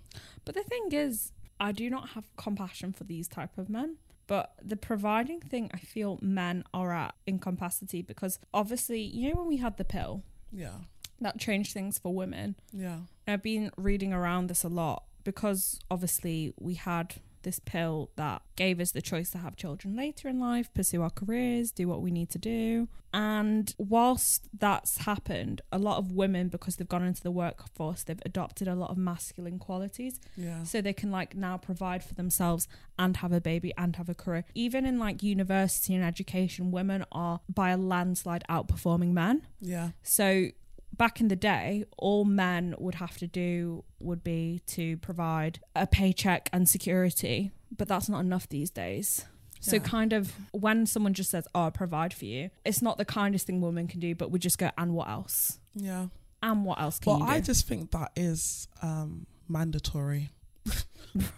Speaker 2: But the thing is, I do not have compassion for these type of men. But the providing thing, I feel men are at incapacity because obviously, you know, when we had the pill,
Speaker 1: Yeah,
Speaker 2: that changed things for women.
Speaker 1: yeah,
Speaker 2: And I've been reading around this a lot because obviously we had this pill that gave us the choice to have children later in life, pursue our careers, do what we need to do. And whilst that's happened, a lot of women, because they've gone into the workforce, they've adopted a lot of masculine qualities
Speaker 1: yeah,
Speaker 2: so they can like now provide for themselves and have a baby and have a career. Even in like university and education, women are by a landslide outperforming men.
Speaker 1: yeah,
Speaker 2: So back in the day, all men would have to do would be to provide a paycheck and security, but that's not enough these days. So
Speaker 1: Yeah.
Speaker 2: kind of when someone just says, "Oh, I provide for you," it's not the kindest thing women can do, but we just go, "And what else?
Speaker 1: yeah.
Speaker 2: And what else can
Speaker 1: Well,
Speaker 2: you do?"
Speaker 1: I just think that is um, mandatory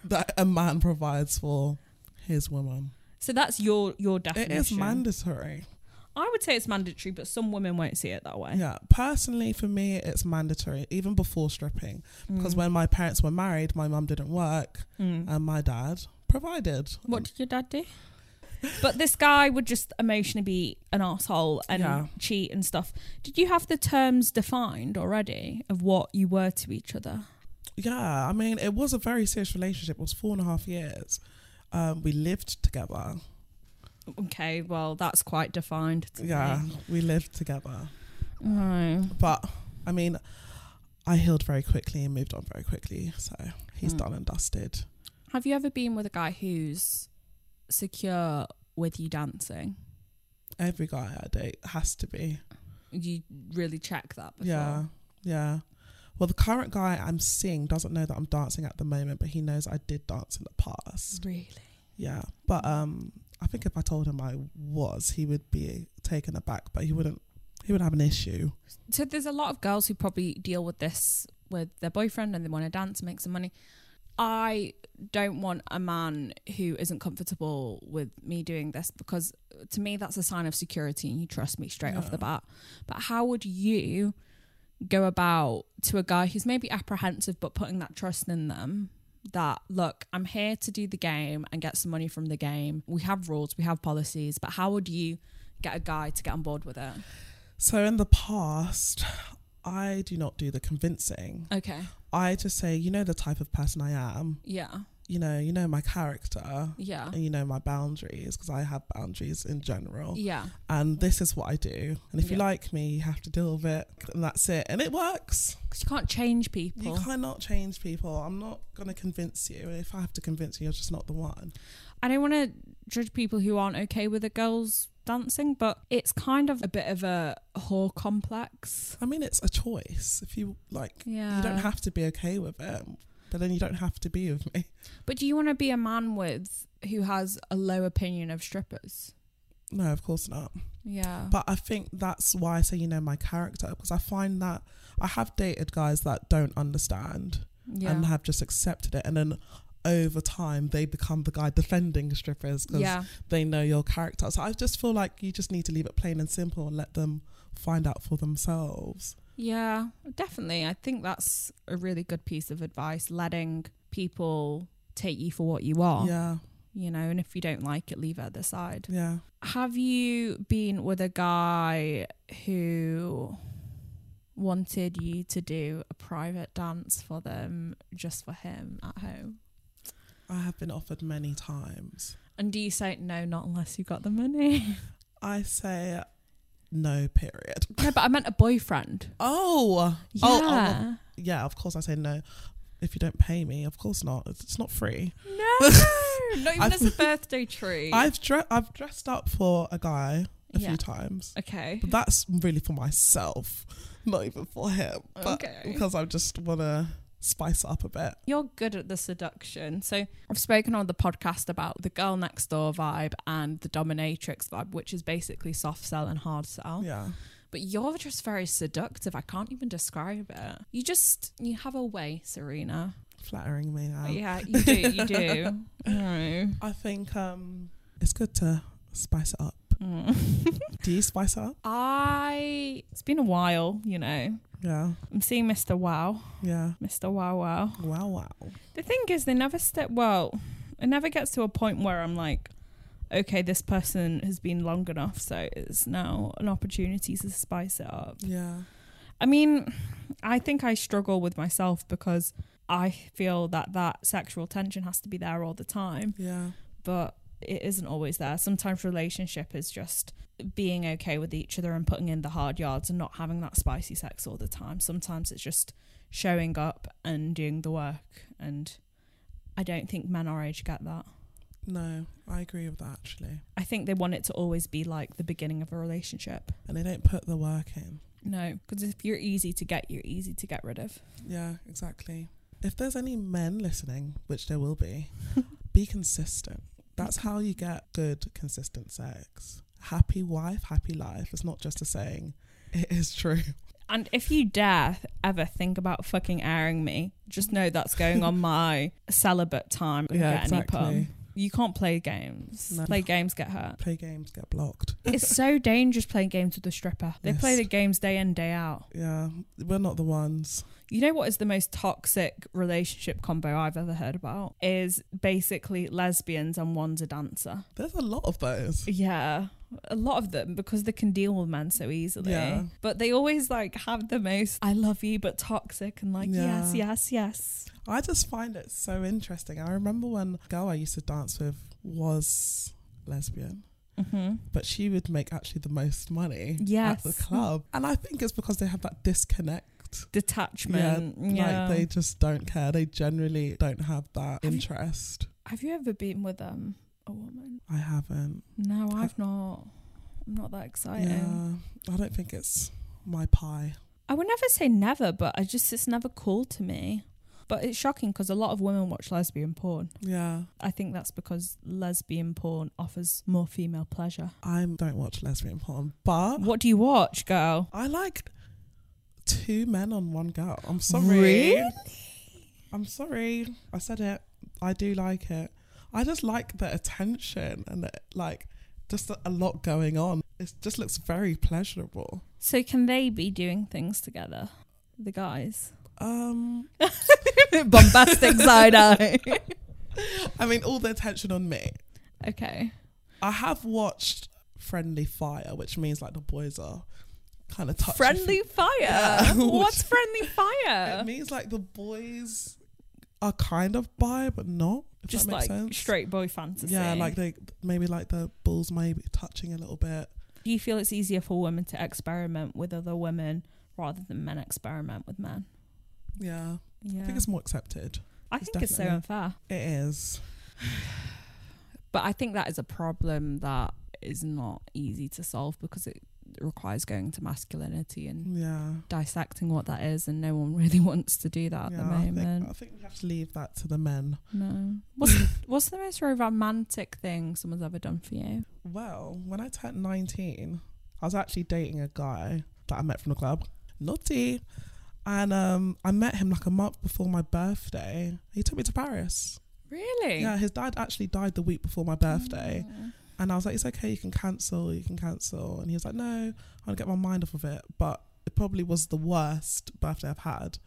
Speaker 1: that a man provides for his woman.
Speaker 2: so that's your your definition.
Speaker 1: It is mandatory.
Speaker 2: I would say it's mandatory, but some women won't see it that way.
Speaker 1: Yeah, personally, for me, it's mandatory, even before stripping. Because when my parents were married, my mum didn't work.
Speaker 2: Mm.
Speaker 1: and my dad provided.
Speaker 2: What did your dad do? but this guy would just emotionally be an asshole and
Speaker 1: Yeah.
Speaker 2: cheat and stuff. Did you have the terms defined already of what you were to each other?
Speaker 1: Yeah, I mean, it was a very serious relationship. It was four and a half years. Um, we lived together.
Speaker 2: Okay, well that's quite defined. to me.
Speaker 1: Yeah, we lived together.
Speaker 2: No.
Speaker 1: But I mean, I healed very quickly and moved on very quickly. So he's
Speaker 2: Mm.
Speaker 1: done and dusted.
Speaker 3: Have you ever been with a guy who's secure with you dancing?
Speaker 1: Every guy I date has to be.
Speaker 3: You really check that before.
Speaker 1: Yeah, yeah. Well, the current guy I'm seeing doesn't know that I'm dancing at the moment, but he knows I did dance in the past.
Speaker 3: Really?
Speaker 1: Yeah, but um, I think if I told him I was, he would be taken aback, but he wouldn't. He would have an issue.
Speaker 3: So there's a lot of girls who probably deal with this with their boyfriend and they want to dance, make some money. I don't want a man who isn't comfortable with me doing this because to me that's a sign of security and you trust me straight off the bat. But how would you go about to a guy who's maybe apprehensive but putting that trust in them that look, I'm here to do the game and get some money from the game. We have rules, we have policies, but how would you get a guy to get on board with it?
Speaker 1: So in the past, I do not do the convincing.
Speaker 3: Okay.
Speaker 1: I just say, you know, the type of person I am.
Speaker 3: Yeah.
Speaker 1: You know, you know my character,
Speaker 3: Yeah.
Speaker 1: and you know my boundaries because I have boundaries in general.
Speaker 3: Yeah.
Speaker 1: And this is what I do. And if you
Speaker 3: Yeah.
Speaker 1: like me, you have to deal with it, and that's it. And it works.
Speaker 3: Because you can't change
Speaker 1: You
Speaker 3: people.
Speaker 1: cannot change people. I'm not gonna convince you. If I have to convince you, you're just not the one.
Speaker 3: I don't want to judge people who aren't okay with the girls dancing, but it's kind of a bit of a whore complex.
Speaker 1: I mean, it's a choice. If you like,
Speaker 3: Yeah.
Speaker 1: you don't have to be okay with it. But then you don't have to be with me.
Speaker 3: But do you want to be a man with who has a low opinion of strippers?
Speaker 1: No, of course not.
Speaker 3: Oh. Yeah.
Speaker 1: But I think that's why I say you know my character because I find that I have dated guys that don't understand
Speaker 3: yeah.
Speaker 1: and have just accepted it, and then over time they become the guy defending strippers because
Speaker 3: yeah.
Speaker 1: they know your character. So I just feel like you just need to leave it plain and simple and let them find out for themselves.
Speaker 3: Yeah, definitely. I think that's a really good piece of advice, letting people take you for what you are,
Speaker 1: Yeah,
Speaker 3: you know, and if you don't like it, leave it at the side.
Speaker 1: yeah.
Speaker 3: Have you been with a guy who wanted you to do a private dance for them just for him at home?
Speaker 1: I have been offered many times.
Speaker 3: And do you say no, not unless you got the money?
Speaker 1: I say no, period.
Speaker 3: no, but I meant a boyfriend.
Speaker 1: Oh,
Speaker 3: Yeah.
Speaker 1: oh, yeah, of course I say no. If you don't pay me, of course not. It's it's not free.
Speaker 3: No, not even
Speaker 1: I've-
Speaker 3: as a birthday treat.
Speaker 1: I've dre- I've dressed up for a guy a
Speaker 3: Yeah.
Speaker 1: few times.
Speaker 3: okay.
Speaker 1: But that's really for myself, not even for him. But
Speaker 3: Okay.
Speaker 1: because I just wanna spice it up a bit.
Speaker 3: You're good at the seduction. So I've spoken on the podcast about the girl next door vibe and the dominatrix vibe, which is basically soft sell and hard sell.
Speaker 1: Yeah.
Speaker 3: But you're just very seductive. I can't even describe it. You just you have a way, Serena.
Speaker 1: Flattering me now.
Speaker 3: yeah, you do. You do. No.
Speaker 1: I think um it's good to spice it up.
Speaker 3: Mm.
Speaker 1: Do you spice it up?
Speaker 3: I. It's been a while, you know.
Speaker 1: Yeah.
Speaker 3: I'm seeing Mr. Wow,
Speaker 1: Yeah.
Speaker 3: Mr. Wow Wow.
Speaker 1: Wow wow.
Speaker 2: The thing is, they never step well. It never gets to a point where I'm like, okay, this person has been long enough, so it's now an opportunity to spice it up.
Speaker 1: Yeah.
Speaker 2: I mean, I think I struggle with myself because I feel that that sexual tension has to be there all the time,
Speaker 1: Yeah.
Speaker 2: but it isn't always there. Sometimes relationship is just being okay with each other and putting in the hard yards and not having that spicy sex all the time. Sometimes it's just showing up and doing the work and I don't think men our age get that.
Speaker 1: No, I agree with that actually.
Speaker 2: I think they want it to always be like the beginning of a relationship.
Speaker 1: And they don't put the work in.
Speaker 2: No, because if you're easy to get, you're easy to get rid of.
Speaker 1: Yeah, exactly. If there's any men listening, which there will be, be consistent. That's how you get good, consistent sex. Happy wife, happy life. It's not just a saying, it is true.
Speaker 2: And if you dare ever think about fucking airing me, just know that's going on my celibate time. I don't
Speaker 1: Yeah,
Speaker 2: get any
Speaker 1: exactly.
Speaker 2: pum. You can't play games.
Speaker 1: No.
Speaker 2: Play games get hurt.
Speaker 1: Play games, get blocked.
Speaker 2: It's so dangerous playing games with a stripper. They play
Speaker 1: Yes.
Speaker 2: the games day in, day out.
Speaker 1: Yeah, we're not the ones.
Speaker 2: You know what is the most toxic relationship combo I've ever heard about? Is basically lesbians and one's a dancer.
Speaker 1: There's a lot of those.
Speaker 2: Yeah. A lot of them because they can deal with men so easily.
Speaker 1: Yeah.
Speaker 2: But they always like have the most I love you but toxic and like
Speaker 1: Yeah.
Speaker 2: yes, yes, yes.
Speaker 1: I just find it so interesting. I remember when a girl I used to dance with was lesbian,
Speaker 2: Mm-hmm.
Speaker 1: but she would make actually the most money
Speaker 2: Yes.
Speaker 1: at the club. And I think it's because they have that disconnect.
Speaker 2: Detachment. Yeah.
Speaker 1: Like they just don't care. They generally don't have that
Speaker 2: Have you-
Speaker 1: interest.
Speaker 2: Have you ever been with um a woman?
Speaker 1: I haven't.
Speaker 2: No, I've not. I'm not that exciting.
Speaker 1: Yeah. I don't think it's my pie.
Speaker 2: I would never say never, but I just it's never cool to me. But it's shocking because a lot of women watch lesbian porn.
Speaker 1: Yeah.
Speaker 2: I think that's because lesbian porn offers more female pleasure.
Speaker 1: I don't watch lesbian porn, but
Speaker 2: What do you watch, girl?
Speaker 1: I like two men on one girl. I'm sorry.
Speaker 2: Really?
Speaker 1: I'm sorry. I said it. I do like it. I just like the attention and the, like just a- a lot going on. It just looks very pleasurable.
Speaker 2: So can they be doing things together? The guys.
Speaker 1: Um,
Speaker 2: Bombastic side eye.
Speaker 1: I mean, all the attention on me.
Speaker 2: okay.
Speaker 1: I have watched Friendly Fire, which means like the boys are kind of touchy.
Speaker 2: friendly fire.
Speaker 1: Yeah.
Speaker 2: What's friendly
Speaker 1: It
Speaker 2: fire?
Speaker 1: means like the boys are kind of bi, but not. If
Speaker 2: Just
Speaker 1: that makes
Speaker 2: like
Speaker 1: sense.
Speaker 2: straight boy fantasy.
Speaker 1: Yeah, like they maybe like the balls maybe touching a little bit.
Speaker 2: do you feel it's easier for women to experiment with other women rather than men experiment with men?
Speaker 1: Yeah,
Speaker 2: Yeah.
Speaker 1: I think it's more accepted. it's
Speaker 2: it's so
Speaker 1: definitely-
Speaker 2: unfair.
Speaker 1: It is.
Speaker 3: But I think that is a problem that is not easy to solve because it
Speaker 2: requires going to masculinity and
Speaker 1: Yeah.
Speaker 2: dissecting what that is, and no one really wants to do that at the
Speaker 1: yeah I, think, I
Speaker 2: moment.
Speaker 1: think we have to leave that to the men.
Speaker 2: No. What's what's the most romantic thing someone's ever done for you?
Speaker 1: Well, when I turned 19, I was actually dating a guy that I met from the club, Naughty. And um, I met him like a month before my birthday. He took me to Paris.
Speaker 2: Really?
Speaker 1: Yeah, his dad actually died the week before my birthday.
Speaker 2: Mm.
Speaker 1: And I was like, it's okay, you can cancel, you can cancel. And he was like, no, I'll get my mind off of it. But it probably was the worst birthday I've had.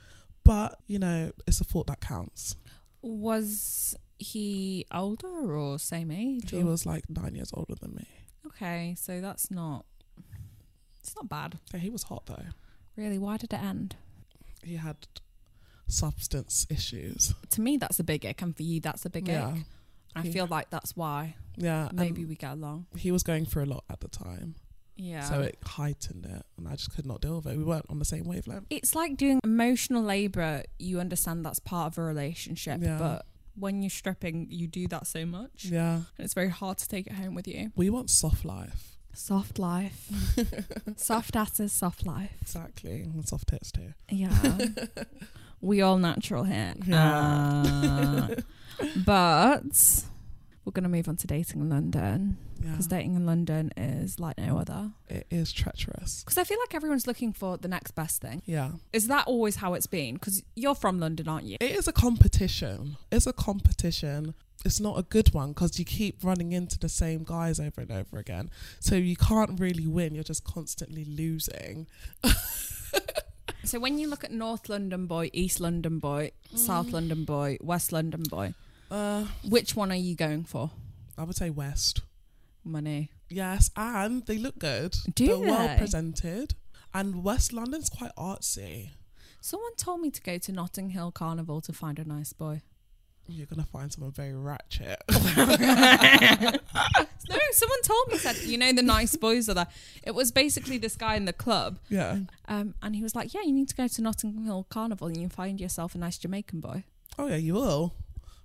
Speaker 1: But, you know, it's a thought that counts.
Speaker 2: Was he older or same age?
Speaker 1: He
Speaker 2: or-
Speaker 1: was like nine years older than me.
Speaker 2: Okay, so that's not. It's not bad,
Speaker 1: Yeah, he was hot though.
Speaker 2: really. Why did it end?
Speaker 1: He had substance issues.
Speaker 2: To me, that's a big ick, and for you, that's a big
Speaker 1: Yeah. Um,
Speaker 2: ick. I
Speaker 1: Yeah.
Speaker 2: feel like that's why
Speaker 1: Yeah.
Speaker 2: maybe
Speaker 1: Maybe
Speaker 2: we get along.
Speaker 1: he was going through a lot at the time.
Speaker 2: Yeah.
Speaker 1: So it heightened it. And I just could not deal with it. We weren't on the same wavelength.
Speaker 2: it's like doing emotional labor. You understand that's part of a relationship,
Speaker 1: Yeah.
Speaker 2: but when you're stripping, you do that so much.
Speaker 1: Yeah.
Speaker 2: And it's very hard to take it home with you.
Speaker 1: We want soft life.
Speaker 2: Soft life, soft asses, soft life.
Speaker 1: Exactly. And soft tits too.
Speaker 2: Yeah. we all natural here.
Speaker 1: Yeah.
Speaker 2: Uh, but we're going to move on to dating in London
Speaker 1: Yeah.
Speaker 2: because dating in London is like no other.
Speaker 1: It is treacherous.
Speaker 2: Because I feel like everyone's looking for the next best thing.
Speaker 1: Yeah.
Speaker 2: Is that always how it's been? Because you're from London, aren't you?
Speaker 1: It is a competition. It's a competition. It's not a good one because you keep running into the same guys over and over again. So you can't really win. You're just constantly losing.
Speaker 2: So when you look at North London boy, East London boy, South London boy, West London boy,
Speaker 1: Uh,
Speaker 2: which one are you going for?
Speaker 1: I would say West.
Speaker 2: Money.
Speaker 1: Yes, and they look good.
Speaker 2: Do
Speaker 1: They're
Speaker 2: they?
Speaker 1: well presented. And West London's quite artsy.
Speaker 2: Someone told me to go to Notting Hill Carnival to find a nice boy.
Speaker 1: You're gonna find someone very ratchet.
Speaker 2: No, someone told me said, you know, the nice boys are there. It was basically this guy in the club,
Speaker 1: yeah.
Speaker 2: um, and he was like, "Yeah, you need to go to Notting Hill Carnival and you find yourself a nice Jamaican boy."
Speaker 1: Oh yeah, you will.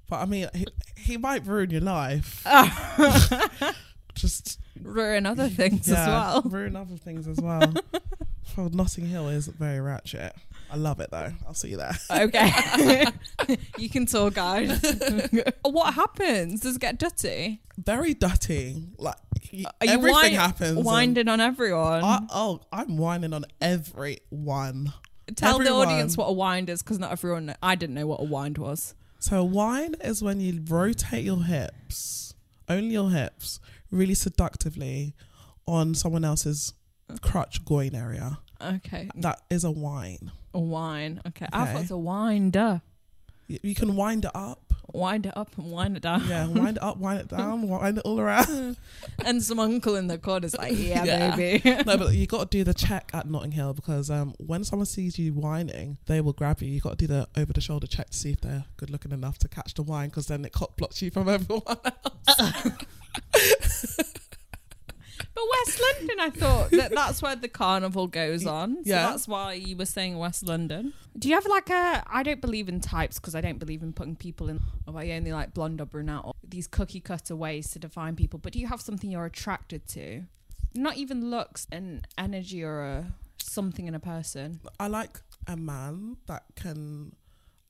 Speaker 1: But I mean, he, he might ruin your life.
Speaker 2: Uh,
Speaker 1: Just
Speaker 2: Ruin other things
Speaker 1: yeah,
Speaker 2: as well.
Speaker 1: ruin other things as well. well, Notting Hill is very ratchet. I love it though. I'll see you there.
Speaker 2: Okay, you can tour guide. what happens? Does it get dirty?
Speaker 1: Very dirty. Like y-
Speaker 2: Are Uh, you
Speaker 1: everything
Speaker 2: whine-
Speaker 1: happens. and
Speaker 2: Winding on everyone.
Speaker 1: I, oh, I'm whining on everyone.
Speaker 2: Tell
Speaker 1: everyone.
Speaker 2: the audience what a wind is, because not everyone. kn- I didn't know what a wind was.
Speaker 1: So wine is when you rotate your hips, only your hips, really seductively on someone else's crotch groin area.
Speaker 2: Okay,
Speaker 1: That is a wine.
Speaker 2: a wine. Okay, I
Speaker 1: Okay.
Speaker 2: thought it's a winder.
Speaker 1: You, you can wind it up.
Speaker 2: Wind it up and wind it down.
Speaker 1: Yeah, wind it up, wind it down, wind it all
Speaker 2: Mm.
Speaker 1: around.
Speaker 2: And some uncle in the corner's like, yeah,
Speaker 1: Yeah.
Speaker 2: baby.
Speaker 1: No, but you got to do the check at Notting Hill because um, when someone sees you whining, they will grab you. You got to do the over the shoulder check to see if they're good looking enough to catch the wine because then it cock blocks you from everyone.
Speaker 2: But West London, I thought that that's where the carnival goes on. So
Speaker 1: Yeah.
Speaker 2: that's why you were saying West London. Do you have like a? I don't believe in types because I don't believe in putting people in. Oh, I only like blonde or brunette or these cookie cutter ways to define people. But do you have something you're attracted to? Not even looks and energy or a something in a person.
Speaker 1: I like a man that can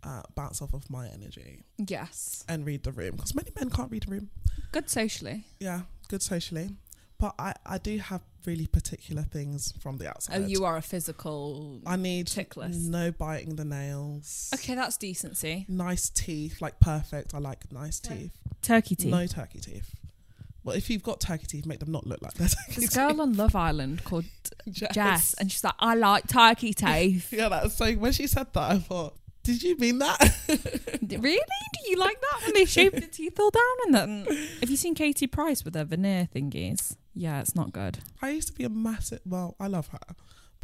Speaker 1: uh, bounce off of my energy.
Speaker 2: Yes,
Speaker 1: and read the room because many men can't read the room.
Speaker 2: good socially.
Speaker 1: Yeah, good socially, but I I do have really particular things from the outside.
Speaker 2: Oh, you are a physical.
Speaker 1: I need
Speaker 2: Tickless.
Speaker 1: no biting the nails.
Speaker 2: Mm. Okay, that's decency.
Speaker 1: Nice teeth, like perfect. I like nice
Speaker 2: Okay.
Speaker 1: teeth.
Speaker 2: Turkey tea.
Speaker 1: No turkey teeth. Well, if you've got turkey teeth, make them not look like they're turkey
Speaker 2: This girl on Love Island called
Speaker 1: teeth.
Speaker 2: Jess, and she's like, I like turkey teeth.
Speaker 1: Yeah, that's so. When she said that, I thought, did you mean that?
Speaker 2: really? Do you like that when they shave the teeth all down and then? Have you seen Katie Price with her veneer thingies? Yeah, it's not good.
Speaker 1: I used to be a massive. Well, I love her,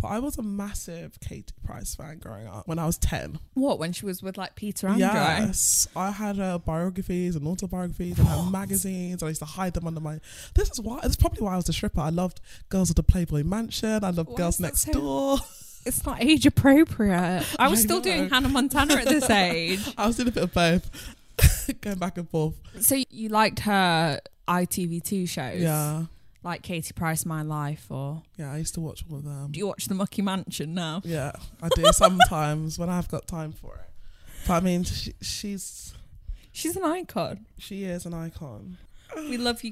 Speaker 1: but I was a massive Katie Price fan growing up. When I was ten,
Speaker 2: What when she was with like Peter Andre?
Speaker 1: Yes, I had uh, biographies and autobiographies. and I had magazines. And I used to hide them under my. This is why. This is probably why I was a stripper. I loved Girls of the Playboy Mansion. I loved
Speaker 2: Why is
Speaker 1: Girls
Speaker 2: that
Speaker 1: Next
Speaker 2: so-
Speaker 1: Door.
Speaker 2: It's not age appropriate. I was
Speaker 1: I
Speaker 2: still
Speaker 1: know.
Speaker 2: doing Hannah Montana at this age.
Speaker 1: I was doing a bit of both, going back and forth.
Speaker 2: So you liked her ITV2 shows?
Speaker 1: Yeah,
Speaker 2: like Katie Price, My Life, or
Speaker 1: Yeah, I used to watch all of them.
Speaker 2: do you watch The Mucky Mansion now?
Speaker 1: Yeah, I do sometimes when I've got time for it. But I mean, she, she's
Speaker 2: She's an icon.
Speaker 1: she is an icon.
Speaker 2: We love you,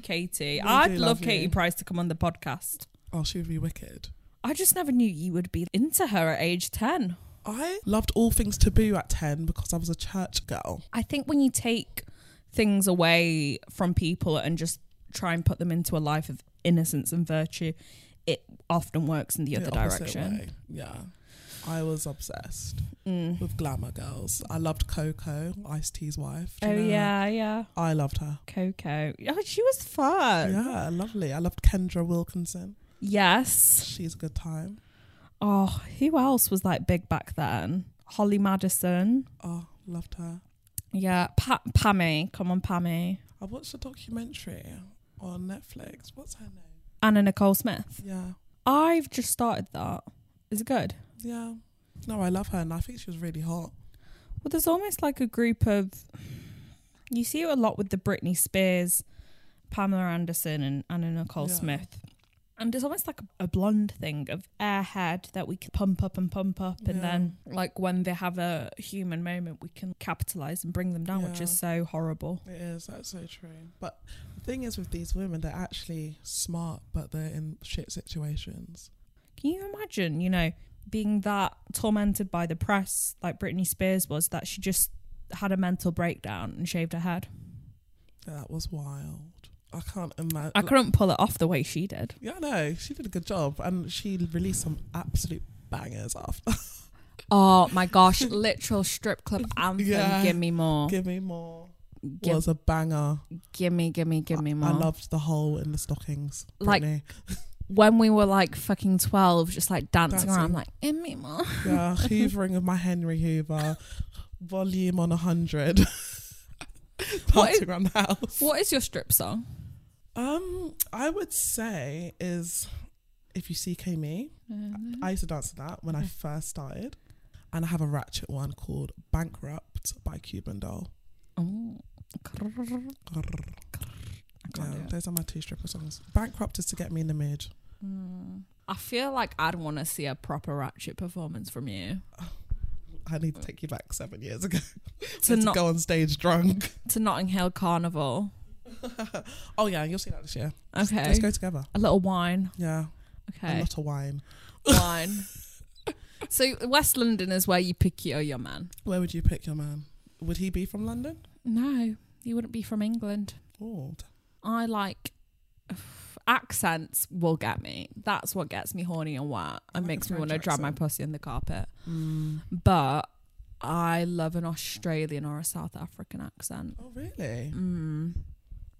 Speaker 1: We
Speaker 2: Katie. I'd
Speaker 1: do
Speaker 2: love,
Speaker 1: love
Speaker 2: Katie
Speaker 1: you.
Speaker 2: Price to come on the podcast.
Speaker 1: Oh, she would be wicked.
Speaker 2: I just never knew you would be into her at age 10.
Speaker 1: I loved all things taboo at ten because I was a church girl.
Speaker 2: I think when you take things away from people and just try and put them into a life of innocence and virtue, it often works in the other
Speaker 1: opposite
Speaker 2: direction.
Speaker 1: way. Yeah, I was obsessed
Speaker 2: Mm.
Speaker 1: with glamour girls. I loved Coco, Ice T's wife. Do
Speaker 2: Oh,
Speaker 1: you know her?
Speaker 2: yeah, yeah.
Speaker 1: I loved her.
Speaker 2: Coco. Oh, she was fun.
Speaker 1: Yeah, lovely. I loved Kendra Wilkinson.
Speaker 2: Yes.
Speaker 1: She's a good time.
Speaker 2: Oh, who else was like big back then? Holly Madison.
Speaker 1: Oh, loved her.
Speaker 2: Yeah. Pa- Pammy. Come on, Pammy.
Speaker 1: I watched a documentary on Netflix. What's her name?
Speaker 2: Anna Nicole Smith.
Speaker 1: Yeah,
Speaker 2: I've just started that. Is it good?
Speaker 1: yeah. No, I love her, and I think she was really hot.
Speaker 2: Well, there's almost like a group of. You see it a lot with the Britney Spears, Pamela Anderson, and Anna Nicole
Speaker 1: Yeah.
Speaker 2: Smith. And it's almost like a, a blonde thing of airhead that we can pump up and pump up. And
Speaker 1: Yeah.
Speaker 2: then, like, when they have a human moment, we can capitalize and bring them down, which
Speaker 1: Yeah.
Speaker 2: is so horrible.
Speaker 1: It is. That's so true. But the thing is, with these women, they're actually smart, but they're in shit situations.
Speaker 2: Can you imagine, you know, being that tormented by the press like Britney Spears was that she just had a mental breakdown and shaved her head?
Speaker 1: Yeah, that was wild. I can't imagine.
Speaker 2: I couldn't pull it off the way she did.
Speaker 1: yeah, no, she did a good job, and she released some absolute bangers after.
Speaker 2: Oh my gosh, literal strip club anthem.
Speaker 1: Yeah.
Speaker 2: Give me more.
Speaker 1: Give me more.
Speaker 2: Give,
Speaker 1: was a banger.
Speaker 2: give me, give me, give me
Speaker 1: I-
Speaker 2: more.
Speaker 1: I loved the hole in the stockings.
Speaker 2: Like-
Speaker 1: Britney.
Speaker 2: when we were like fucking 12, just like dancing,
Speaker 1: Dancing.
Speaker 2: around, like, give me more.
Speaker 1: yeah, hoovering of my Henry Hoover, volume on hundred.
Speaker 2: What is-
Speaker 1: Dancing around the house.
Speaker 2: What is your strip song?
Speaker 1: Um, I would say is if you CK me, I used to dance to that when I
Speaker 2: Okay.
Speaker 1: first started, and I have a ratchet one called Bankrupt by Cuban Doll.
Speaker 2: Oh.
Speaker 1: Grrr.
Speaker 2: I
Speaker 1: Yeah,
Speaker 2: can't do it.
Speaker 1: those are my two stripper songs. Bankrupt is to get me in the mood.
Speaker 2: I feel like I'd want to see a proper ratchet performance from you.
Speaker 1: I need to take you back seven years ago to
Speaker 2: To not
Speaker 1: go on stage drunk.
Speaker 2: to Notting Hill Carnival.
Speaker 1: oh yeah, you'll see that this year.
Speaker 2: Okay.
Speaker 1: Let's go together.
Speaker 2: A little wine.
Speaker 1: Yeah, a
Speaker 2: Okay.
Speaker 1: lot of wine.
Speaker 2: wine. So West London is where you pick your, your man.
Speaker 1: Where would you pick your man? Would he be from London?
Speaker 2: No, you wouldn't be from England.
Speaker 1: Oh,
Speaker 2: I like accents will get me. That's what gets me horny and wet
Speaker 1: like
Speaker 2: and makes
Speaker 1: a
Speaker 2: me want to
Speaker 1: French
Speaker 2: drag my
Speaker 1: accent.
Speaker 2: pussy on the carpet.
Speaker 1: mm.
Speaker 2: But I love an Australian or a South African accent.
Speaker 1: oh really?
Speaker 2: Mm.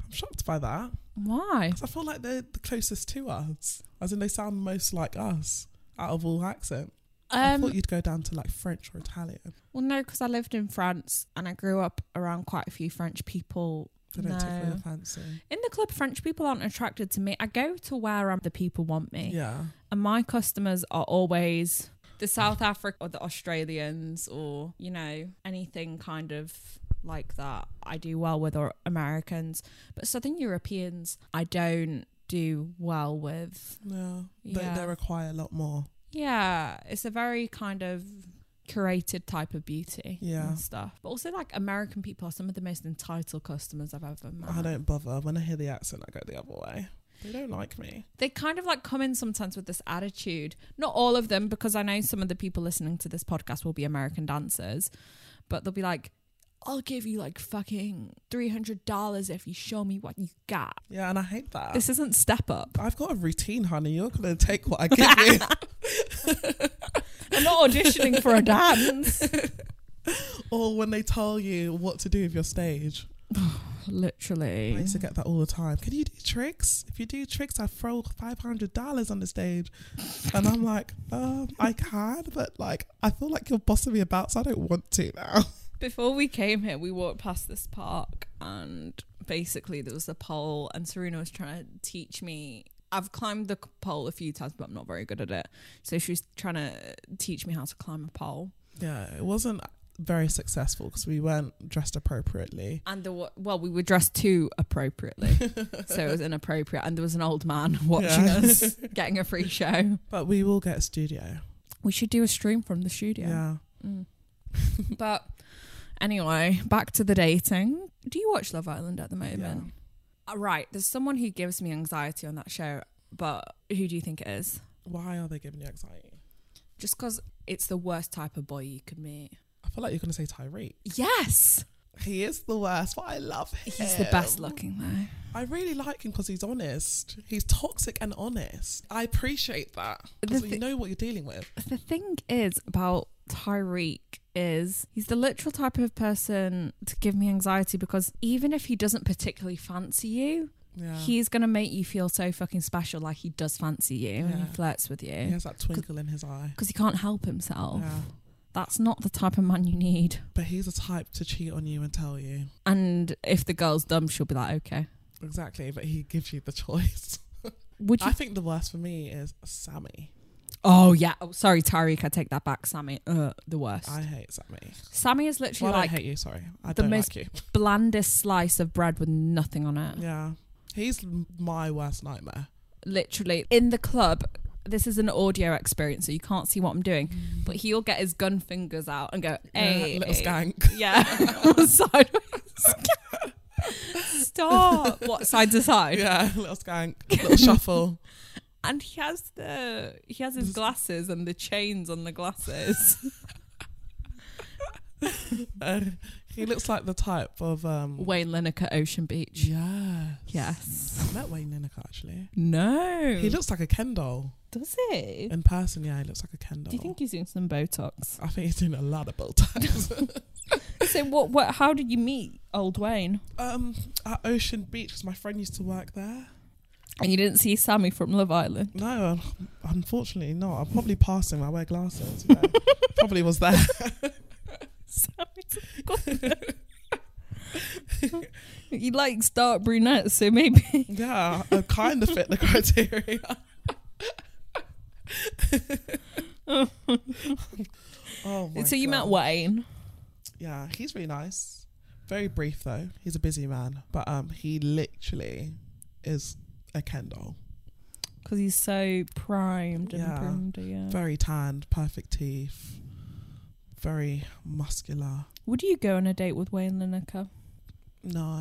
Speaker 1: I'm shocked by that
Speaker 2: Why?
Speaker 1: because I feel like they're the closest to us, as in they sound most like us out of all accent. I
Speaker 2: Um,
Speaker 1: thought you'd go down to like French or Italian.
Speaker 2: well, no, because I lived in France and I grew up around quite a few French people
Speaker 1: They don't tickle
Speaker 2: no.
Speaker 1: your fancy.
Speaker 2: In the club, French people aren't attracted to me. I go to where um, the people want me,
Speaker 1: Yeah,
Speaker 2: and my customers are always the South Africa or the Australians or you know anything kind of like that. I do well with or Americans, but Southern Europeans I don't do well with.
Speaker 1: yeah.
Speaker 2: Yeah.
Speaker 1: They, they require a lot more.
Speaker 2: Yeah, it's a very kind of curated type of beauty
Speaker 1: Yeah.
Speaker 2: and stuff. But also like American people are some of the most entitled customers I've ever met.
Speaker 1: I don't bother when I hear the accent. I go the other way. They don't like me.
Speaker 2: they kind of like come in sometimes with this attitude. Not all of them, because I know some of the people listening to this podcast will be American dancers, but they'll be like, I'll give you like fucking $300 if you show me what you got.
Speaker 1: Yeah, and I hate that.
Speaker 2: This isn't step up.
Speaker 1: I've got a routine, honey. You're gonna take what I give you.
Speaker 2: I'm not auditioning for a dance.
Speaker 1: or when they tell you what to do with your stage. I
Speaker 2: Literally.
Speaker 1: used to get that all the time. Can you do tricks? If you do tricks, I throw five hundred dollars on the stage, and I'm like, um, I can, but like, I feel like you're bossing me about, so I don't want to now.
Speaker 2: Before we came here, we walked past this park and basically there was a pole and Serena was trying to teach me. I've climbed the c- pole a few times, but I'm not very good at it. So she was trying to teach me how to climb a pole.
Speaker 1: Yeah, it wasn't very successful because we weren't dressed appropriately.
Speaker 2: And there were, well, we were dressed too appropriately, so it was inappropriate. And there was an old man watching
Speaker 1: Yeah.
Speaker 2: us getting a free show.
Speaker 1: But we will get a studio.
Speaker 2: We should do a stream from the studio.
Speaker 1: Yeah.
Speaker 2: Mm. but anyway, back to the dating. Do you watch Love Island at the moment? Uh, Right, there's someone who gives me anxiety on that show, but who do you think it is?
Speaker 1: Why are they giving you anxiety?
Speaker 2: Just because it's the worst type of boy you could meet.
Speaker 1: I feel like you're gonna say Tyreek.
Speaker 2: Yes,
Speaker 1: He is the worst, but I love him.
Speaker 2: he's the best looking though.
Speaker 1: I really like him because he's honest. He's toxic and honest. I appreciate that. 'Cause
Speaker 2: The
Speaker 1: you
Speaker 2: thi-
Speaker 1: know what you're dealing with.
Speaker 2: The thing is about Tyreek is he's the literal type of person to give me anxiety because even if he doesn't particularly fancy you,
Speaker 1: Yeah. He,
Speaker 2: he's gonna make you feel so fucking special like he does fancy you and he
Speaker 1: Yeah.
Speaker 2: flirts with you
Speaker 1: has that twinkle in his eye.
Speaker 2: because he can't help himself
Speaker 1: Yeah.
Speaker 2: that's not the type of man you need
Speaker 1: But he's the type to cheat on you and tell you.
Speaker 2: and if the girl's dumb she'll be like okay
Speaker 1: Exactly, but he gives you the choice.
Speaker 2: would you
Speaker 1: I think the worst for me is Sammy.
Speaker 2: oh yeah oh sorry tariq i take that back sammy uh the worst
Speaker 1: I hate Sammy.
Speaker 2: sammy is literally
Speaker 1: Well, I
Speaker 2: like
Speaker 1: hate you, sorry. I
Speaker 2: the
Speaker 1: don't
Speaker 2: most-
Speaker 1: like
Speaker 2: blandest slice of bread with nothing on it
Speaker 1: you. Yeah. He's m- my worst nightmare.
Speaker 2: literally in the club this is an audio experience so you can't see what i'm doing but he'll get his gun fingers out and go
Speaker 1: Mm.
Speaker 2: hey
Speaker 1: Yeah, little
Speaker 2: hey,
Speaker 1: skank.
Speaker 2: Yeah. Sideways. Stop. What side to side?
Speaker 1: Yeah, little skank. Little shuffle.
Speaker 2: And he has the he has his glasses and the chains on the glasses.
Speaker 1: Uh, he looks like the type of um
Speaker 2: Wayne Linnick at Ocean Beach.
Speaker 1: Yeah.
Speaker 2: Yes.
Speaker 1: I met Wayne Lineker actually.
Speaker 2: No.
Speaker 1: He looks like a Ken doll.
Speaker 2: does it?
Speaker 1: In person, yeah, he looks like a Ken doll.
Speaker 2: Do you think he's doing some Botox?
Speaker 1: I think he's doing a lot of Botox.
Speaker 2: so what what how did you meet old Wayne?
Speaker 1: um, at Ocean Beach, because my friend used to work there.
Speaker 2: And you didn't see Sammy from Love Island.
Speaker 1: No, un- unfortunately not. I'm probably passing. I wear glasses. You know. probably was there.
Speaker 2: He likes dark brunettes, so maybe
Speaker 1: Yeah, I kind of fit the criteria. oh my
Speaker 2: So you met
Speaker 1: God.
Speaker 2: Wayne.
Speaker 1: Yeah, he's really nice. Very brief though. He's a busy man, but um, he literally is a Kendall.
Speaker 2: Because he's so primed and
Speaker 1: Yeah.
Speaker 2: primed, yeah.
Speaker 1: Very tanned, perfect teeth, very muscular.
Speaker 2: Would you go on a date with Wayne Lineker?
Speaker 1: No,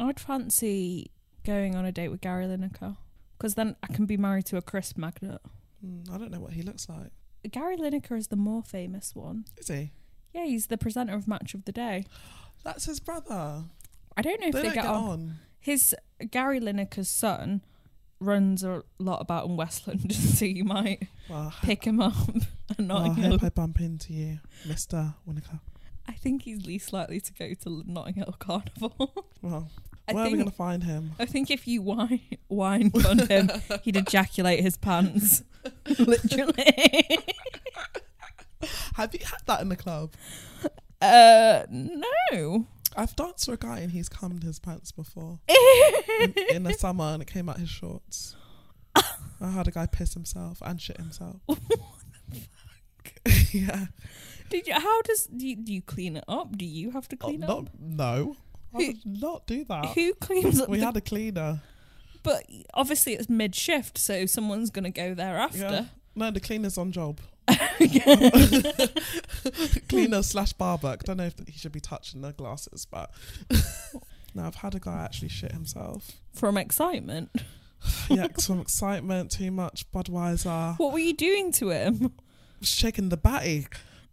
Speaker 2: I'd fancy going on a date with Gary Lineker because then I can be married to a crisp magnet.
Speaker 1: Mm, I don't know what he looks like.
Speaker 2: Gary Lineker is the more famous one.
Speaker 1: Is he?
Speaker 2: Yeah, he's the presenter of Match of the Day.
Speaker 1: That's his brother.
Speaker 2: I don't know if
Speaker 1: they
Speaker 2: they,
Speaker 1: don't
Speaker 2: get, on.
Speaker 1: on.
Speaker 2: His Gary Lineker's son runs a lot about in West London, so you might
Speaker 1: Well, I-
Speaker 2: pick him up and
Speaker 1: well, Oh, I
Speaker 2: Notting Hill.
Speaker 1: hope I bump into you, Mister Winnicott.
Speaker 2: I think he's least likely to go to Notting Hill Carnival.
Speaker 1: Well,
Speaker 2: I
Speaker 1: where are we
Speaker 2: think-
Speaker 1: gonna find him?
Speaker 2: I think if you wine wine on him, he'd ejaculate his pants. Literally.
Speaker 1: Have you had that in the club?
Speaker 2: Uh, no.
Speaker 1: I've danced for a guy and he's cummed his pants before in, in the summer and it came out his shorts. I had a guy piss himself and shit himself. yeah.
Speaker 2: Did you? How does do you, do you clean it up? Do you have to
Speaker 1: Oh,
Speaker 2: clean up?
Speaker 1: not, no. I
Speaker 2: Who-
Speaker 1: would not do that.
Speaker 2: Who cleans up?
Speaker 1: we
Speaker 2: the-
Speaker 1: had a cleaner.
Speaker 2: but obviously it's mid shift, so someone's gonna go there
Speaker 1: Yeah.
Speaker 2: after.
Speaker 1: No, the cleaner's on job.
Speaker 2: Okay.
Speaker 1: Cleaner slash barber. I don't know if he should be touching the glasses, but no, I've had a guy actually shit himself.
Speaker 2: From excitement,
Speaker 1: Yeah, some excitement, too much Budweiser.
Speaker 2: what were you doing to him?
Speaker 1: shaking the batty.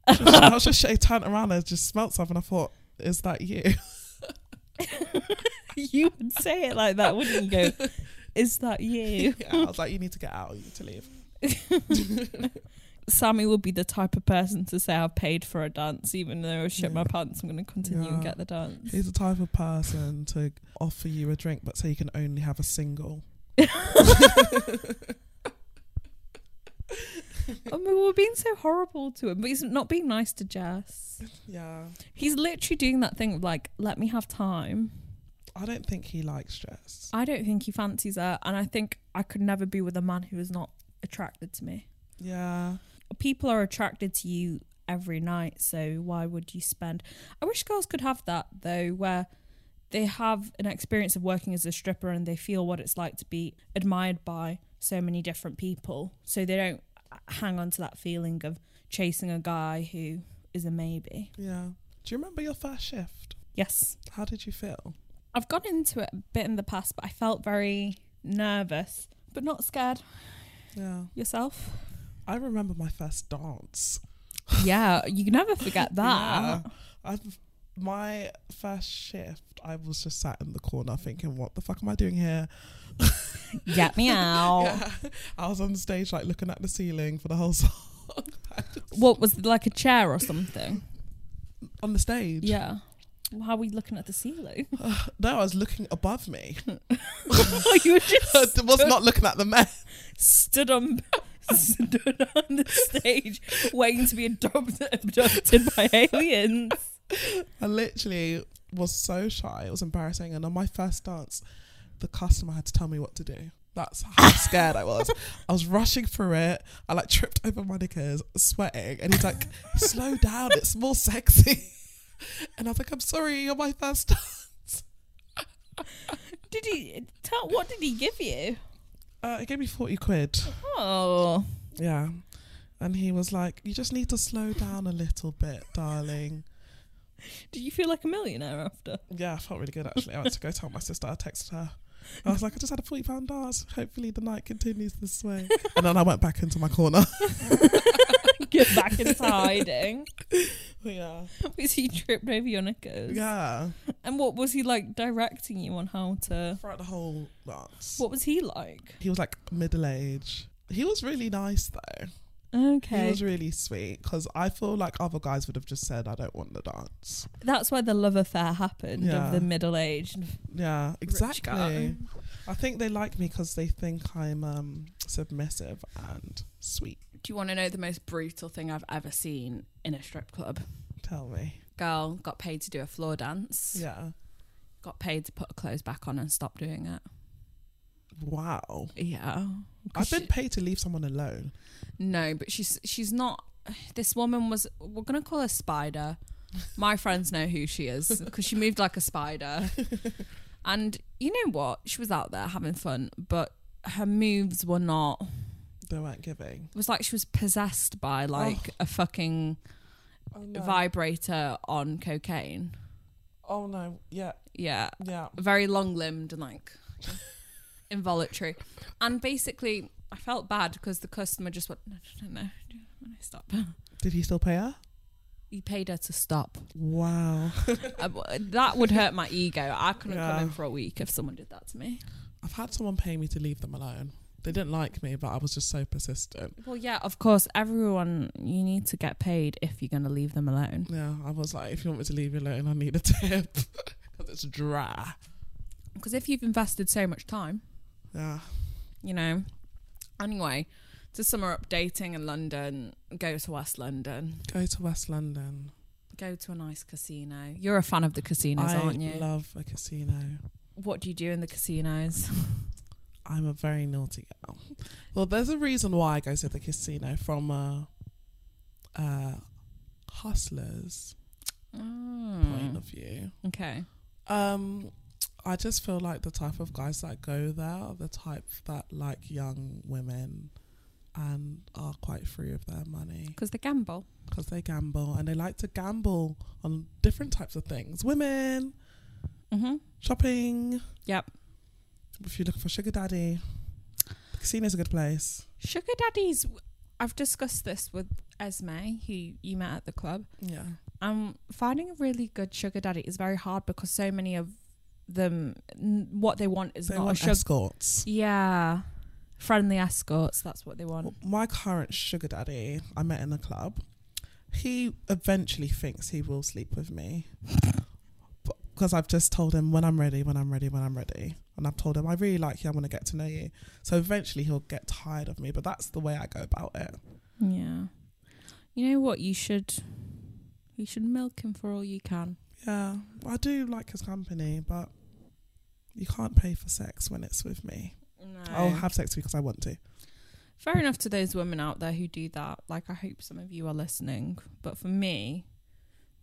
Speaker 1: I was just shaking, turned around and I just smelt something. I thought, is that you?
Speaker 2: You would say it like that, wouldn't you? Go, is that you?
Speaker 1: Yeah, I was like, you need to get out. You need to leave.
Speaker 2: Sammy would be the type of person to say, "I paid for a dance, even though I shit my pants. I'm gonna continue and
Speaker 1: Yeah.
Speaker 2: get the dance."
Speaker 1: He's the type of person to offer you a drink, but say you can only have a single.
Speaker 2: I mean, we're being so horrible to him, but he's not being nice to Jess.
Speaker 1: Yeah.
Speaker 2: He's literally doing that thing of like, let me have time.
Speaker 1: I don't think he likes Jess.
Speaker 2: I don't think he fancies her, and I think I could never be with a man who is not attracted to me.
Speaker 1: Yeah.
Speaker 2: People are attracted to you
Speaker 4: every night. So why would you spend? I wish girls could have that though, where they have an experience of working as a stripper and they feel what it's like to be admired by so many different people. So they don't hang on to that feeling of chasing a guy who is a maybe.
Speaker 1: Yeah. Do you remember your first shift?
Speaker 4: Yes.
Speaker 1: How did you feel?
Speaker 4: I've gone into it a bit in the past, but I felt very nervous, but not scared.
Speaker 1: Yeah.
Speaker 4: Yourself?
Speaker 1: I remember my first dance.
Speaker 4: Yeah, you can never forget
Speaker 1: Yeah. I've my first shift, I was just sat in the corner thinking, what the fuck am I doing here?
Speaker 4: Get me out.
Speaker 1: Yeah. I was on stage like looking at the ceiling for the whole song. I just-
Speaker 4: What was it, like a chair or something?
Speaker 1: on the stage?
Speaker 4: Yeah. How are we looking at the ceiling?
Speaker 1: No, I was looking above me.
Speaker 4: you were just
Speaker 1: I was not looking at the men.
Speaker 4: stood on stood on the stage waiting to be abducted, abducted by aliens.
Speaker 1: I literally was so shy. It was embarrassing. And on my first dance, the customer had to tell me what to do. That's how scared I was. I was rushing for it. I like tripped over my knickers, sweating. And he's like, slow down. It's more sexy. And I was like, I'm sorry. You're my first dance.
Speaker 4: Did he tell what did he give you?
Speaker 1: Uh, it gave me 40 quid.
Speaker 4: Oh.
Speaker 1: Yeah. And he was like, you just need to slow down a little bit, darling.
Speaker 4: Did you feel like a millionaire after?
Speaker 1: Yeah, I felt really good actually. I had to go tell my sister. I texted her. I was like, I just had a forty pound dance. Hopefully the night continues this way. And then I went back into my corner.
Speaker 4: Get back into hiding.
Speaker 1: yeah.
Speaker 4: Was he tripped over your knickers?
Speaker 1: Yeah.
Speaker 4: And what was he like directing you on how to
Speaker 1: Throughout the whole dance.
Speaker 4: what was he like?
Speaker 1: He was like middle age. He was really nice though. He
Speaker 4: Okay.
Speaker 1: was really sweet because I feel like other guys would have just said, I don't want the dance.
Speaker 4: That's where the love affair happened
Speaker 1: Yeah.
Speaker 4: of the middle aged
Speaker 1: Yeah, exactly.
Speaker 4: guy.
Speaker 1: I think they like me because they think I'm um, submissive and sweet.
Speaker 2: Do you want to know the most brutal thing I've ever seen in a strip club?
Speaker 1: Tell me.
Speaker 2: Girl got paid to do a floor dance.
Speaker 1: Yeah.
Speaker 2: Got paid to put her clothes back on and stop doing it.
Speaker 1: Wow.
Speaker 2: Yeah.
Speaker 1: I've been paid to leave someone alone.
Speaker 2: No, but she's she's not. This woman was. We're gonna call her Spider. My friends know who she is because she moved like a spider. And you know what? She was out there having fun, but her moves were not.
Speaker 1: They weren't giving.
Speaker 2: It was like she was possessed by like a fucking
Speaker 1: Oh no.
Speaker 2: vibrator on cocaine.
Speaker 1: Oh no. Yeah.
Speaker 2: Yeah,
Speaker 1: Yeah.
Speaker 2: very long limbed and like involuntary. And basically, I felt bad because the customer just went, no, no, no, no, no, stop.
Speaker 1: Did he still pay her?
Speaker 2: He paid her to stop.
Speaker 1: Wow.
Speaker 2: I Uh, w- that would hurt my ego. I couldn't
Speaker 1: Yeah.
Speaker 2: come in for a week if someone did that to me.
Speaker 1: I've had someone pay me to leave them alone. They didn't like me, but I was just so persistent.
Speaker 2: Well, yeah, of course, everyone, you need to get paid if you're going to leave them alone.
Speaker 1: Yeah, I was like, if you want me to leave you alone, I need a tip because it's dry.
Speaker 2: Because if you've invested so much time,
Speaker 1: Yeah.
Speaker 2: you know. Anyway, to summer up dating in London, go to West London,
Speaker 1: Go to West London.
Speaker 2: go to a nice casino. You're a fan of the casinos,
Speaker 1: I
Speaker 2: aren't you?
Speaker 1: love a casino.
Speaker 2: what do you do in the casinos?
Speaker 1: I'm a very naughty girl. Well, there's a reason why I go to the casino from uh, uh, hustlers'
Speaker 2: Hmm.
Speaker 1: point of view.
Speaker 2: Okay.
Speaker 1: Um, I just feel like the type of guys that go there are the type that like young women and are quite free of their money
Speaker 2: Because they gamble.
Speaker 1: because they gamble and they like to gamble on different types of things women,
Speaker 2: Mm-hmm.
Speaker 1: shopping.
Speaker 2: Yep.
Speaker 1: If you're looking for sugar daddy, the casino's a good place.
Speaker 2: Sugar daddies. I've discussed this with Esme, who you met at the club.
Speaker 1: Yeah.
Speaker 2: Um, finding a really good sugar daddy is very hard because so many of them, n- what they want is
Speaker 1: They
Speaker 2: not a
Speaker 1: want
Speaker 2: sugar.
Speaker 1: escorts.
Speaker 2: yeah, friendly escorts. That's what they want.
Speaker 1: Well, My current sugar daddy I met in the club, he eventually thinks he will sleep with me. Because I've just told him when I'm ready, when I'm ready, when I'm ready. And I've told him, I really like you, I want to get to know you. So eventually he'll get tired of me, but that's the way I go about it.
Speaker 2: Yeah. You know what? You should. You should milk him for all you can.
Speaker 1: Yeah, I do like his company, but you can't pay for sex when it's with me.
Speaker 2: No.
Speaker 1: I'll have sex because I want to.
Speaker 2: fair enough to those women out there who do that. Like, I hope some of you are listening, but for me,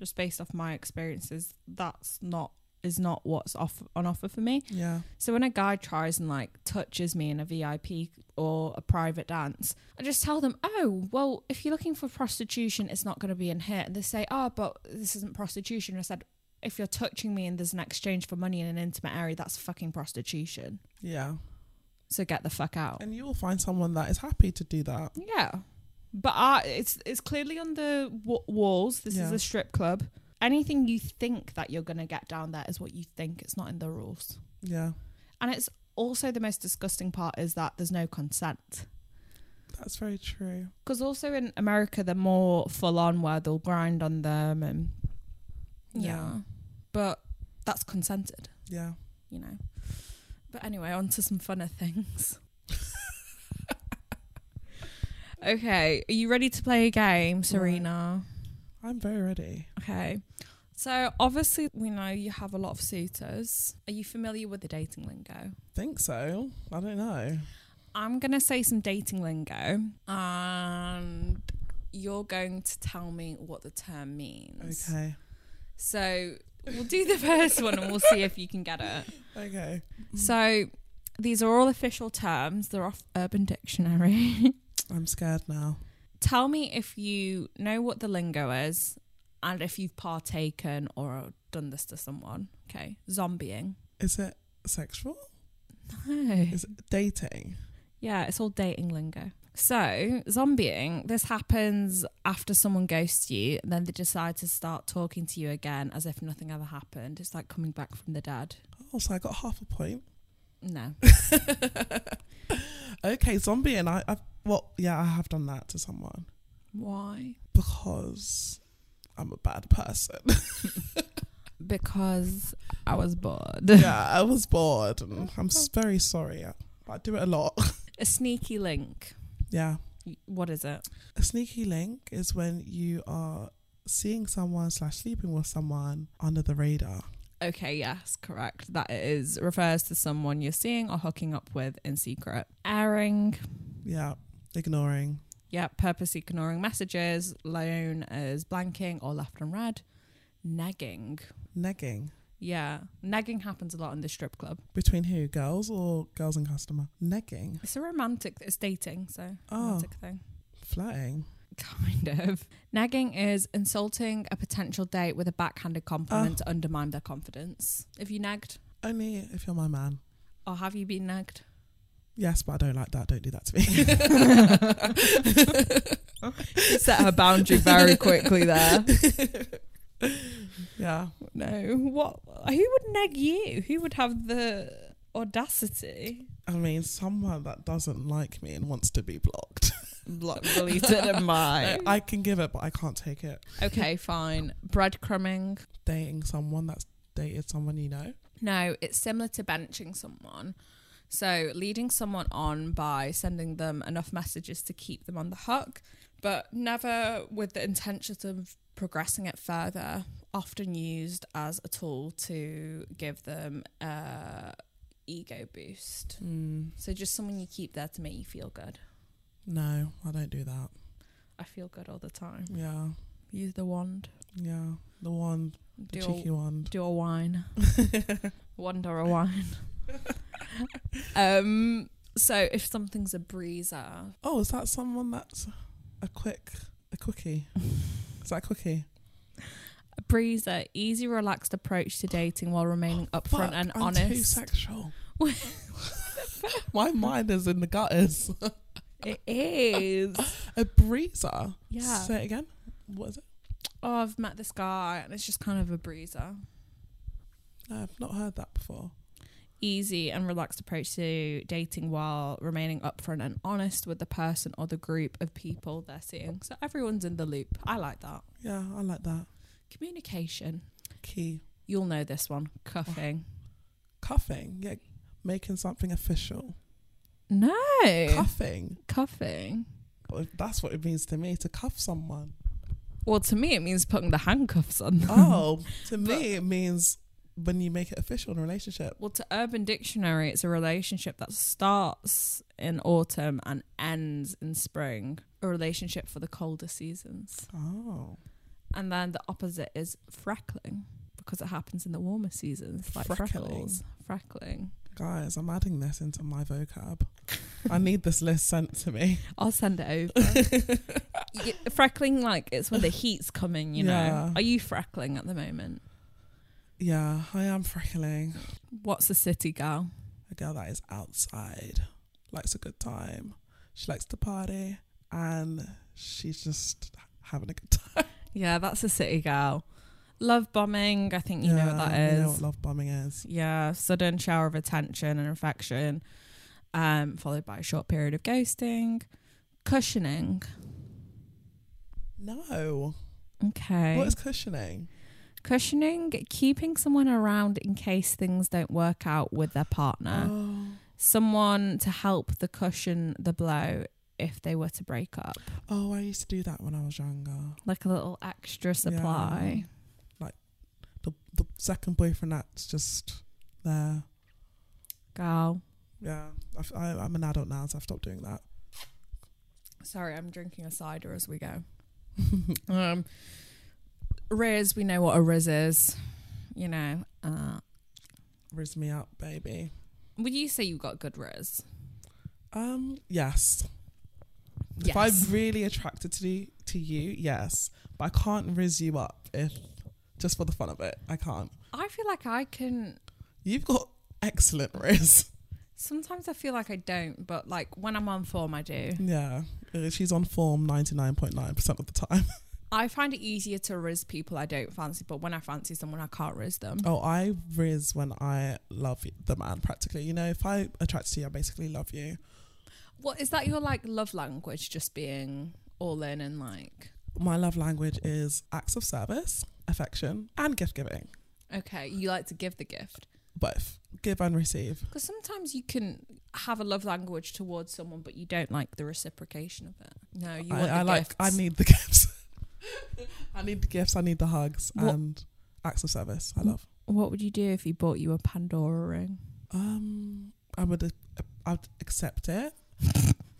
Speaker 2: just based off my experiences, that's not is not what's off on offer for me.
Speaker 1: Yeah.
Speaker 2: So when a guy tries and like touches me in a VIP or a private dance, I just tell them, "Oh, well, if you're looking for prostitution, it's not going to be in here." And they say, "Oh, but this isn't prostitution." I said, "If you're touching me and there's an exchange for money in an intimate area, that's fucking prostitution.
Speaker 1: Yeah.
Speaker 2: So get the fuck out."
Speaker 1: And you will find someone that is happy to do that.
Speaker 2: Yeah, but I, it's it's clearly on the w- walls. This
Speaker 1: Yeah.
Speaker 2: is a strip club. Anything you think that you're going to get down there is what you think. It's not in the rules.
Speaker 1: Yeah.
Speaker 2: And it's also the most disgusting part is that there's no consent.
Speaker 1: That's very true.
Speaker 2: Because also in America, they're more full on where they'll grind on them and yeah.
Speaker 1: Yeah.
Speaker 2: But that's consented,
Speaker 1: Yeah.
Speaker 2: you know. But anyway, on to some funner things. okay, are you ready to play a game, Serena?
Speaker 1: I'm very ready.
Speaker 2: Okay. So obviously, we know you have a lot of suitors. Are you familiar with the dating lingo?
Speaker 1: Think so. I don't know.
Speaker 2: I'm going to say some dating lingo and you're going to tell me what the term means.
Speaker 1: Okay.
Speaker 2: So we'll do the first one and we'll see if you can get it.
Speaker 1: Okay.
Speaker 2: Mm. So these are all official terms, they're off Urban Dictionary.
Speaker 1: I'm scared now.
Speaker 2: tell me if you know what the lingo is and if you've partaken or done this to someone. Okay. Zombieing.
Speaker 1: Is it sexual?
Speaker 2: No.
Speaker 1: Is it dating?
Speaker 2: Yeah, it's all dating lingo. So, zombieing, this happens after someone ghosts you and then they decide to start talking to you again as if nothing ever happened. It's like coming back from the dead.
Speaker 1: Oh, so I got half a point.
Speaker 2: No.
Speaker 1: okay, zombie and I. I've, well, yeah, I have done that to someone
Speaker 2: Why?
Speaker 1: because I'm a bad person.
Speaker 2: Because I was bored.
Speaker 1: yeah, I was bored, and I'm s- very sorry. But I do it a lot.
Speaker 2: A sneaky link.
Speaker 1: yeah,
Speaker 2: What is it?
Speaker 1: a sneaky link is when you are seeing someone slash sleeping with someone under the radar.
Speaker 2: Okay, yes, correct. That it is refers to someone you're seeing or hooking up with in secret. Airing.
Speaker 1: Yeah, ignoring.
Speaker 2: Yeah, purpose ignoring messages, loan as blanking or left and read. Nagging.
Speaker 1: Negging.
Speaker 2: Yeah, nagging happens a lot in the strip club.
Speaker 1: Between who? Girls or girls and customer? Negging.
Speaker 2: It's a romantic, it's dating, so
Speaker 1: Oh.
Speaker 2: romantic thing.
Speaker 1: Flirting.
Speaker 2: Kind of. Nagging is insulting a potential date with a backhanded compliment to undermine their confidence. Have you nagged?
Speaker 1: Only if you're my man.
Speaker 2: Or have you been nagged?
Speaker 1: Yes, but I don't like that. Don't do that to me.
Speaker 2: She set her boundary very quickly there.
Speaker 1: yeah.
Speaker 2: No, what? Who would nag you? Who would have the audacity?
Speaker 1: I mean, someone that doesn't like me and wants to be blocked.
Speaker 2: Block, deleted, and mine.
Speaker 1: I can give it, but I can't take it.
Speaker 2: Okay, fine. Breadcrumbing.
Speaker 1: Dating someone that's dated someone you know.
Speaker 2: No, it's similar to benching someone. So, leading someone on by sending them enough messages to keep them on the hook, but never with the intention of progressing it further. Often used as a tool to give them a ego boost.
Speaker 1: Mm,
Speaker 2: So, just someone you keep there to make you feel good.
Speaker 1: no, I don't do that.
Speaker 2: I feel good all the time.
Speaker 1: Yeah.
Speaker 2: Use the wand.
Speaker 1: Yeah. The wand, the
Speaker 2: Do
Speaker 1: cheeky wand.
Speaker 2: do a wine. One dollar a wine. um so if something's a breezer.
Speaker 1: Oh, is that someone that's a quick, a quickie? is that a quickie?
Speaker 2: A breezer, easy relaxed approach to dating while remaining upfront
Speaker 1: Fuck,
Speaker 2: and
Speaker 1: I'm Too
Speaker 2: honest.
Speaker 1: sexual. My mind is in the gutters.
Speaker 2: It is.
Speaker 1: A breezer.
Speaker 2: Yeah.
Speaker 1: Say it again. What is it?
Speaker 2: oh, I've met this guy and it's just kind of a breezer.
Speaker 1: No, I've not heard that before.
Speaker 2: Easy and relaxed approach to dating while remaining upfront and honest with the person or the group of people they're seeing. So everyone's in the loop. I like that.
Speaker 1: Yeah, I like that.
Speaker 2: Communication.
Speaker 1: Key.
Speaker 2: You'll know this one. Cuffing.
Speaker 1: Cuffing. Yeah. Making something official.
Speaker 2: No.
Speaker 1: Cuffing.
Speaker 2: cuffing.
Speaker 1: Well, That's what it means to me to cuff someone.
Speaker 2: Oh. Well, to me, it means putting the handcuffs on.
Speaker 1: Oh, to me, it means when you make it official in a relationship.
Speaker 2: Well, to Urban Dictionary, it's a relationship that starts in autumn and ends in spring. A relationship for the colder seasons.
Speaker 1: Oh.
Speaker 2: And then the opposite is freckling because it happens in the warmer seasons, like
Speaker 1: Freckling.
Speaker 2: freckles. Freckling.
Speaker 1: Guys, I'm adding this into my vocab. I need this list sent to me.
Speaker 2: I'll send it over. Y- freckling, like it's when the heat's coming, you know.
Speaker 1: Yeah.
Speaker 2: Are you freckling at the moment?
Speaker 1: Yeah, I am freckling.
Speaker 2: What's a city girl?
Speaker 1: A girl that is outside, likes a good time. She likes to party and she's just having a good time.
Speaker 2: Yeah, that's a city girl. Love bombing, I think you know what that
Speaker 1: you
Speaker 2: is.
Speaker 1: know what love bombing is.
Speaker 2: yeah, sudden shower of attention and affection, um, followed by a short period of ghosting, cushioning.
Speaker 1: No.
Speaker 2: Okay.
Speaker 1: What is cushioning?
Speaker 2: cushioning, keeping someone around in case things don't work out with their partner.
Speaker 1: Oh.
Speaker 2: Someone to help the cushion the blow if they were to break up.
Speaker 1: oh, I used to do that when I was younger.
Speaker 2: Like a little extra supply.
Speaker 1: The the second boyfriend that's just there.
Speaker 2: Girl.
Speaker 1: Yeah, I've, I, I'm an adult now, so I've stopped doing that.
Speaker 2: Sorry, I'm drinking a cider as we go. um, Riz, we know what a Riz is. You know, uh,
Speaker 1: Riz me up, baby.
Speaker 2: Would you say you've got good riz?
Speaker 1: Um, yes. If
Speaker 2: Yes.
Speaker 1: I'm really attracted to to you, yes, but I can't riz you up if just for the fun of it. I can't.
Speaker 2: I feel like I can.
Speaker 1: You've got excellent riz.
Speaker 2: Sometimes I feel like I don't, but like when I'm on form, I do.
Speaker 1: Yeah, Uh, she's on form 99.9% of the time.
Speaker 2: I find it easier to riz people I don't fancy, but when I fancy someone, I can't riz them.
Speaker 1: Oh, I riz when I love the man practically. You know, if I attract to you, I basically love you.
Speaker 2: What is that your like love language? Just being all in and like,
Speaker 1: My love language is acts of service, affection, and gift giving.
Speaker 2: okay, you like to give the gift.
Speaker 1: Both give and receive.
Speaker 2: Because sometimes you can have a love language towards someone, but you don't like the reciprocation of it. No, you want
Speaker 1: I, I
Speaker 2: the
Speaker 1: like.
Speaker 2: gifts.
Speaker 1: I need the gifts. I need the gifts. I need the hugs
Speaker 2: What-
Speaker 1: and acts of service. I love.
Speaker 2: what would you do if he bought you a Pandora ring?
Speaker 1: Um, I would. uh, I'd accept it,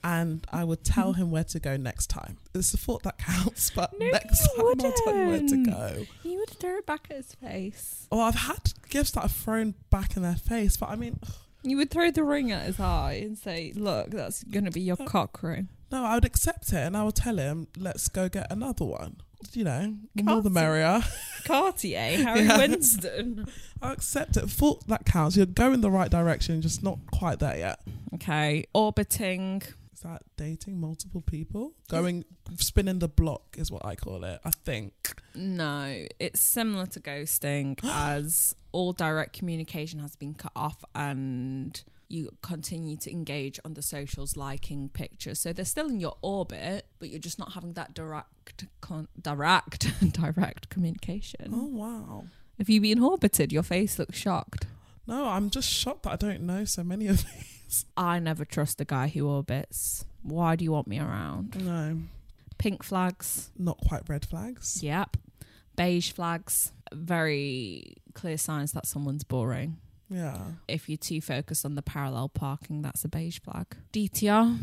Speaker 1: and I would tell him where to go next time. It's the thought that counts, but
Speaker 2: No,
Speaker 1: next time
Speaker 2: you
Speaker 1: I'll tell you where to
Speaker 2: wouldn't.
Speaker 1: go.
Speaker 2: He would throw it back at his face.
Speaker 1: Oh, I've had gifts that I've thrown back in their face, but I mean,
Speaker 2: You would throw the ring at his eye and say, "Look, that's going to be your cock ring."
Speaker 1: no, I would accept it, and I would tell him, "Let's go get another one." You know, the more
Speaker 2: Can't
Speaker 1: the
Speaker 2: see-
Speaker 1: merrier.
Speaker 2: Cartier, Harry
Speaker 1: Yeah.
Speaker 2: Winston.
Speaker 1: I accept it. Thought that counts. You're going the right direction, just not quite there yet.
Speaker 2: Okay, orbiting.
Speaker 1: Is that dating multiple people? Going spinning the block is what I call it. I think.
Speaker 2: No, it's similar to ghosting, as all direct communication has been cut off, and you continue to engage on the socials, liking pictures. So they're still in your orbit, but you're just not having that direct, con- direct, direct communication.
Speaker 1: Oh wow.
Speaker 2: Have you been orbited? Your face looks shocked.
Speaker 1: No, I'm just shocked that I don't know so many of these.
Speaker 2: I never trust a guy who orbits. Why do you want me around?
Speaker 1: No,
Speaker 2: Pink flags.
Speaker 1: not quite red flags.
Speaker 2: Yep. Beige flags. Very clear signs that someone's boring.
Speaker 1: Yeah.
Speaker 2: If you're too focused on the parallel parking, that's a beige flag. DTR.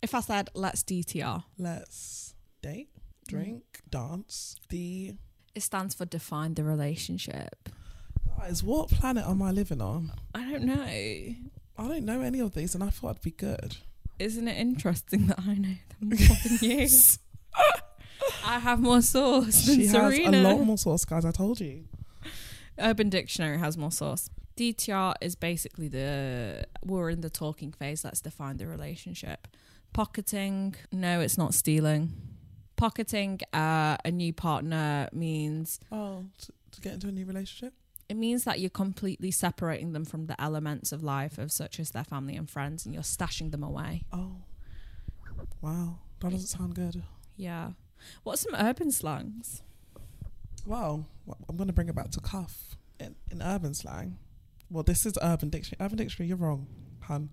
Speaker 2: If I said, let's DTR,
Speaker 1: Let's date, drink, dance. The
Speaker 2: it stands for define the relationship.
Speaker 1: guys, what planet am I living on?
Speaker 2: I don't know.
Speaker 1: I don't know any of these, and I thought I'd be good.
Speaker 2: Isn't it interesting that I know them more than you? I have more source than
Speaker 1: she
Speaker 2: Serena.
Speaker 1: has a lot more sauce, guys. I told you.
Speaker 2: Urban Dictionary has more source. DTR is basically the we're in the talking phase. Let's define the relationship. Pocketing. No, it's not stealing. Pocketing uh, a new partner means
Speaker 1: Oh, to, to get into a new relationship.
Speaker 2: it means that you're completely separating them from the elements of life of such as their family and friends, and you're stashing them away.
Speaker 1: Oh, wow. That doesn't sound good.
Speaker 2: Yeah. What's some urban slangs?
Speaker 1: Well, wh- I'm going to bring it back to cuff in, in urban slang. Well, this is urban dictionary. Urban dictionary, you're wrong, hun.